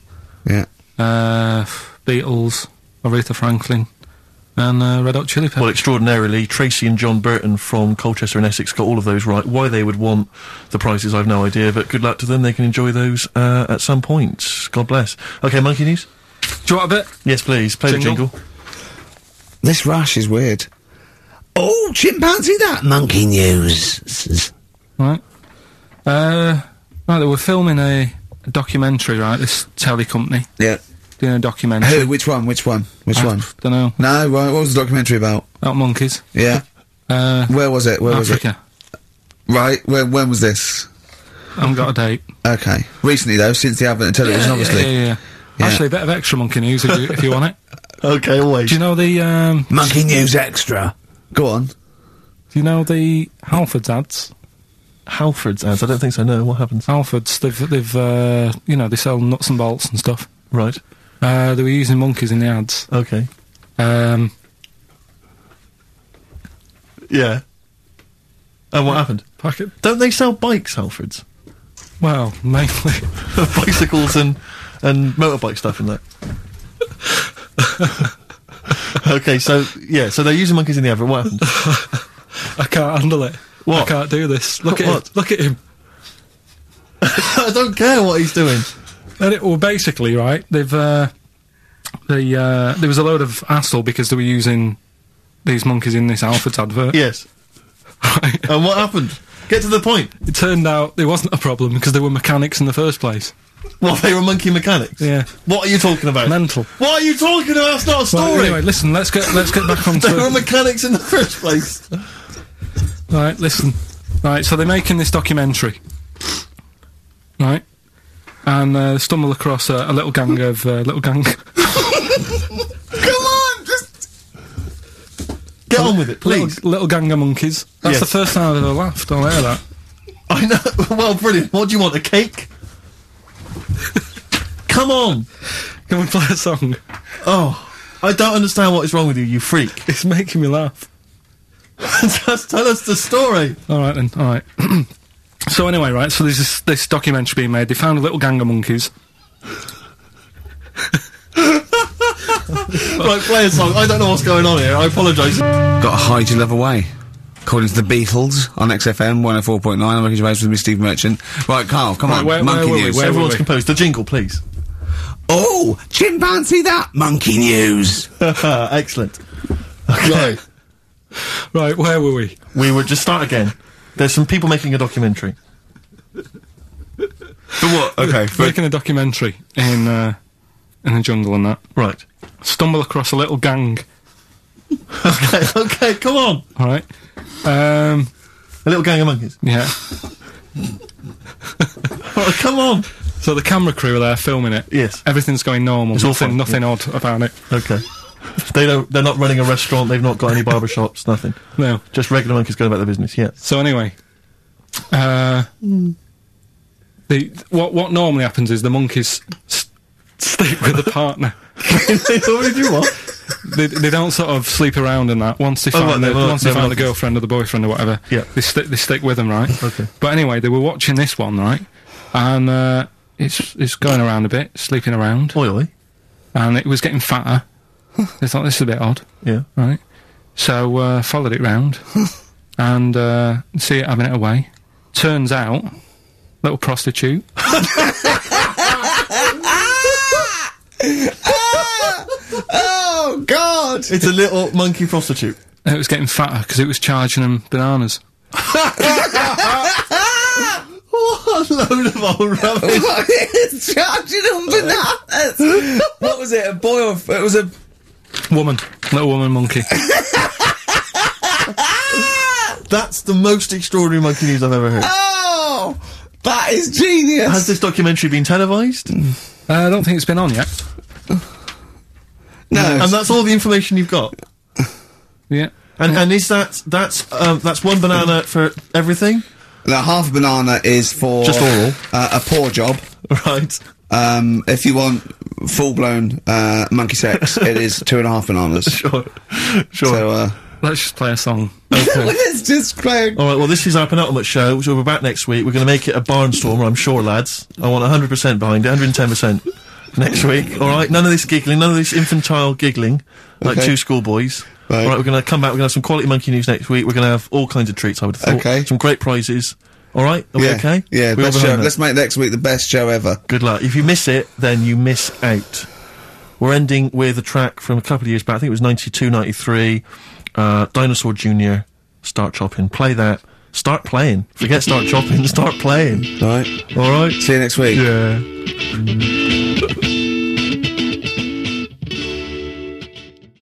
Speaker 1: Yeah.
Speaker 2: uh, Beatles, Aretha Franklin, and uh, Red Hot Chili Peppers.
Speaker 3: Well, extraordinarily, Tracy and John Burton from Colchester and Essex got all of those right. Why they would want the prizes, I've no idea, but good luck to them. They can enjoy those uh, at some point. God bless. Okay, Monkey News?
Speaker 2: Do you want a bit?
Speaker 3: Yes, please. Play
Speaker 2: Jingle.
Speaker 3: the jingle.
Speaker 1: This rash is weird. Oh, chimpanzee that! Monkey news.
Speaker 2: Right. Uh, right, they were filming a, a documentary, right? This telly company
Speaker 1: Yeah. Uh,
Speaker 2: doing a documentary.
Speaker 1: Who? Which one? Which one? Which one?
Speaker 2: don't know.
Speaker 1: No, right. What was the documentary about?
Speaker 2: About monkeys.
Speaker 1: Yeah.
Speaker 2: Uh,
Speaker 1: Where was it? Where
Speaker 2: Africa.
Speaker 1: was it? Right. When, when was this?
Speaker 2: I haven't got a date.
Speaker 1: Okay. Recently, though, since the advent of television, obviously.
Speaker 2: Yeah, yeah, yeah.
Speaker 1: Yeah.
Speaker 2: Actually, a bit of extra monkey news if you, if you want it.
Speaker 3: Okay, always.
Speaker 2: Do you know the um,
Speaker 1: Monkey news extra. Go on.
Speaker 2: Do you know the Halfords ads?
Speaker 3: Halford's ads. I don't think so. No, what happens?
Speaker 2: Halfords, they've they've uh, you know they sell nuts and bolts and stuff.
Speaker 3: Right.
Speaker 2: Uh, they were using monkeys in the ads.
Speaker 3: Okay.
Speaker 2: Um,
Speaker 3: Yeah. And Oh, what happened?
Speaker 2: Packet.
Speaker 3: Don't they sell bikes, Halfords?
Speaker 2: Well, mainly.
Speaker 3: bicycles and and motorbike stuff in that. okay, so yeah, so they're using monkeys in the advert. What happened?
Speaker 2: I can't handle it. I
Speaker 3: What?
Speaker 2: can't do this. Look at
Speaker 3: What?
Speaker 2: It, look at him.
Speaker 3: I don't care what he's doing.
Speaker 2: And it, well, basically, right? They've uh, the uh, there was a load of hassle because they were using these monkeys in this Alfred's advert.
Speaker 3: Yes,
Speaker 2: Right?
Speaker 3: and what happened? Get to the point.
Speaker 2: It turned out it wasn't a problem because they were mechanics in the first place.
Speaker 3: Well, they were monkey mechanics.
Speaker 2: Yeah.
Speaker 3: What are you talking about?
Speaker 2: Mental.
Speaker 3: What are you talking about? That's not a
Speaker 2: Well,
Speaker 3: story.
Speaker 2: anyway, listen. Let's get let's get back on.
Speaker 3: they were mechanics in the first place.
Speaker 2: Right, listen. Right, so they're making this documentary. Right? And uh, stumble across a, a little gang of uh, little gang
Speaker 3: Get on with it, please.
Speaker 2: Little, little gang of monkeys. That's
Speaker 3: Yes.
Speaker 2: the first time I've ever laughed. I'll hear that.
Speaker 3: I know. Well, brilliant. What do you want? A cake? Come on.
Speaker 2: Can we play a song?
Speaker 3: Oh, I don't understand what is wrong with you, you freak.
Speaker 2: It's making me laugh.
Speaker 3: Just tell us the story.
Speaker 2: All right then. All right. so anyway, right. So there's this, this documentary being made. They found a little gang of monkeys.
Speaker 3: Right, play a song. I don't know what's going on here. I apologise.
Speaker 1: Gotta hide your love away. According to the Beatles on XFM 104.9, I'm Ricky Gervais with me, Steve Merchant. Right, Carl, come
Speaker 2: Right,
Speaker 1: on,
Speaker 2: where- where
Speaker 1: monkey
Speaker 2: were we?
Speaker 1: news.
Speaker 2: Where-
Speaker 3: Everyone's
Speaker 2: we?
Speaker 3: composed. The jingle, please.
Speaker 1: Oh, chimpanzee that! Monkey news!
Speaker 3: Excellent. Okay.
Speaker 2: Right. Where were we?
Speaker 3: We would just start again. There's some people making a documentary.
Speaker 1: For what? Okay, for
Speaker 2: Making a documentary in uh, in the jungle and that.
Speaker 3: Right.
Speaker 2: Stumble across a little gang.
Speaker 3: Okay, okay, come on.
Speaker 2: All right. Um.
Speaker 3: A little gang of monkeys.
Speaker 2: Yeah.
Speaker 3: Oh, come on.
Speaker 2: So the camera crew are there filming it.
Speaker 3: Yes.
Speaker 2: Everything's going normal.
Speaker 3: It's all
Speaker 2: nothing,
Speaker 3: fine,
Speaker 2: nothing odd about it.
Speaker 3: Okay. They don't. They're not running a restaurant. They've not got any barber shops. Nothing.
Speaker 2: No.
Speaker 3: Just regular monkeys going about their business. Yeah.
Speaker 2: So anyway, uh, the what what normally happens is the monkeys s- sleep with the partner.
Speaker 3: they already do what?
Speaker 2: They, they don't sort of sleep around and that. Once they
Speaker 3: Oh,
Speaker 2: find
Speaker 3: right,
Speaker 2: the,
Speaker 3: they're not-
Speaker 2: once they
Speaker 3: they're
Speaker 2: find the
Speaker 3: not-
Speaker 2: girlfriend or the boyfriend or whatever,
Speaker 3: Yeah.
Speaker 2: they stick they stick with them, right?
Speaker 3: Okay.
Speaker 2: But anyway, they were watching this one, right? And uh, it's it's going around a bit, sleeping around,
Speaker 3: Oi, oi.
Speaker 2: and it was getting fatter. they thought this is a bit odd.
Speaker 3: Yeah.
Speaker 2: right? So uh, followed it round and uh, see it having it away. Turns out, little prostitute.
Speaker 1: Oh, God!
Speaker 3: It's a little monkey prostitute.
Speaker 2: It was getting fatter because it was charging them bananas.
Speaker 3: What a load of old rubbish.
Speaker 1: it's charging on bananas! what was it, a boy or... It was a...
Speaker 2: Woman, little woman monkey.
Speaker 3: That's the most extraordinary monkey news I've ever heard.
Speaker 1: Oh! That is genius!
Speaker 3: Has this documentary been televised?
Speaker 2: Uh, I don't think it's been on yet.
Speaker 1: no.
Speaker 3: And that's all the information you've got.
Speaker 2: Yeah.
Speaker 3: And and is that that's um, that's one banana for everything?
Speaker 1: Now, half a banana is for...
Speaker 3: Just oral.
Speaker 1: Uh, a poor job.
Speaker 3: Right.
Speaker 1: Um, if you want full-blown uh, monkey sex, it is two and a half bananas.
Speaker 3: Sure. Sure.
Speaker 1: So, uh...
Speaker 2: Let's just play a song.
Speaker 1: Let's just play...
Speaker 3: All right, well, this is our penultimate show, so we're back next week. We're going to make it a barnstormer, I'm sure, lads. I want 100% behind it, 110% next week. All right, none of this giggling, none of this infantile giggling, like
Speaker 1: Okay.
Speaker 3: two schoolboys.
Speaker 1: Right.
Speaker 3: All right, we're going to come back, we're going to have some quality monkey news next week. We're going to have all kinds of treats, I would have thought.
Speaker 1: Okay.
Speaker 3: Some great prizes. All right, are we
Speaker 1: Yeah,
Speaker 3: okay?
Speaker 1: yeah.
Speaker 3: We're all
Speaker 1: Best show.
Speaker 3: behind that.
Speaker 1: Let's make next week the best show ever.
Speaker 3: Good luck. If you miss it, then you miss out. We're ending with a track from a couple of years back. I think it was 92, 93. Uh, Dinosaur Jr. Start chopping. Play that. Start playing. Forget start chopping. Start playing.
Speaker 1: All right.
Speaker 3: All right.
Speaker 1: See you next week.
Speaker 3: Yeah.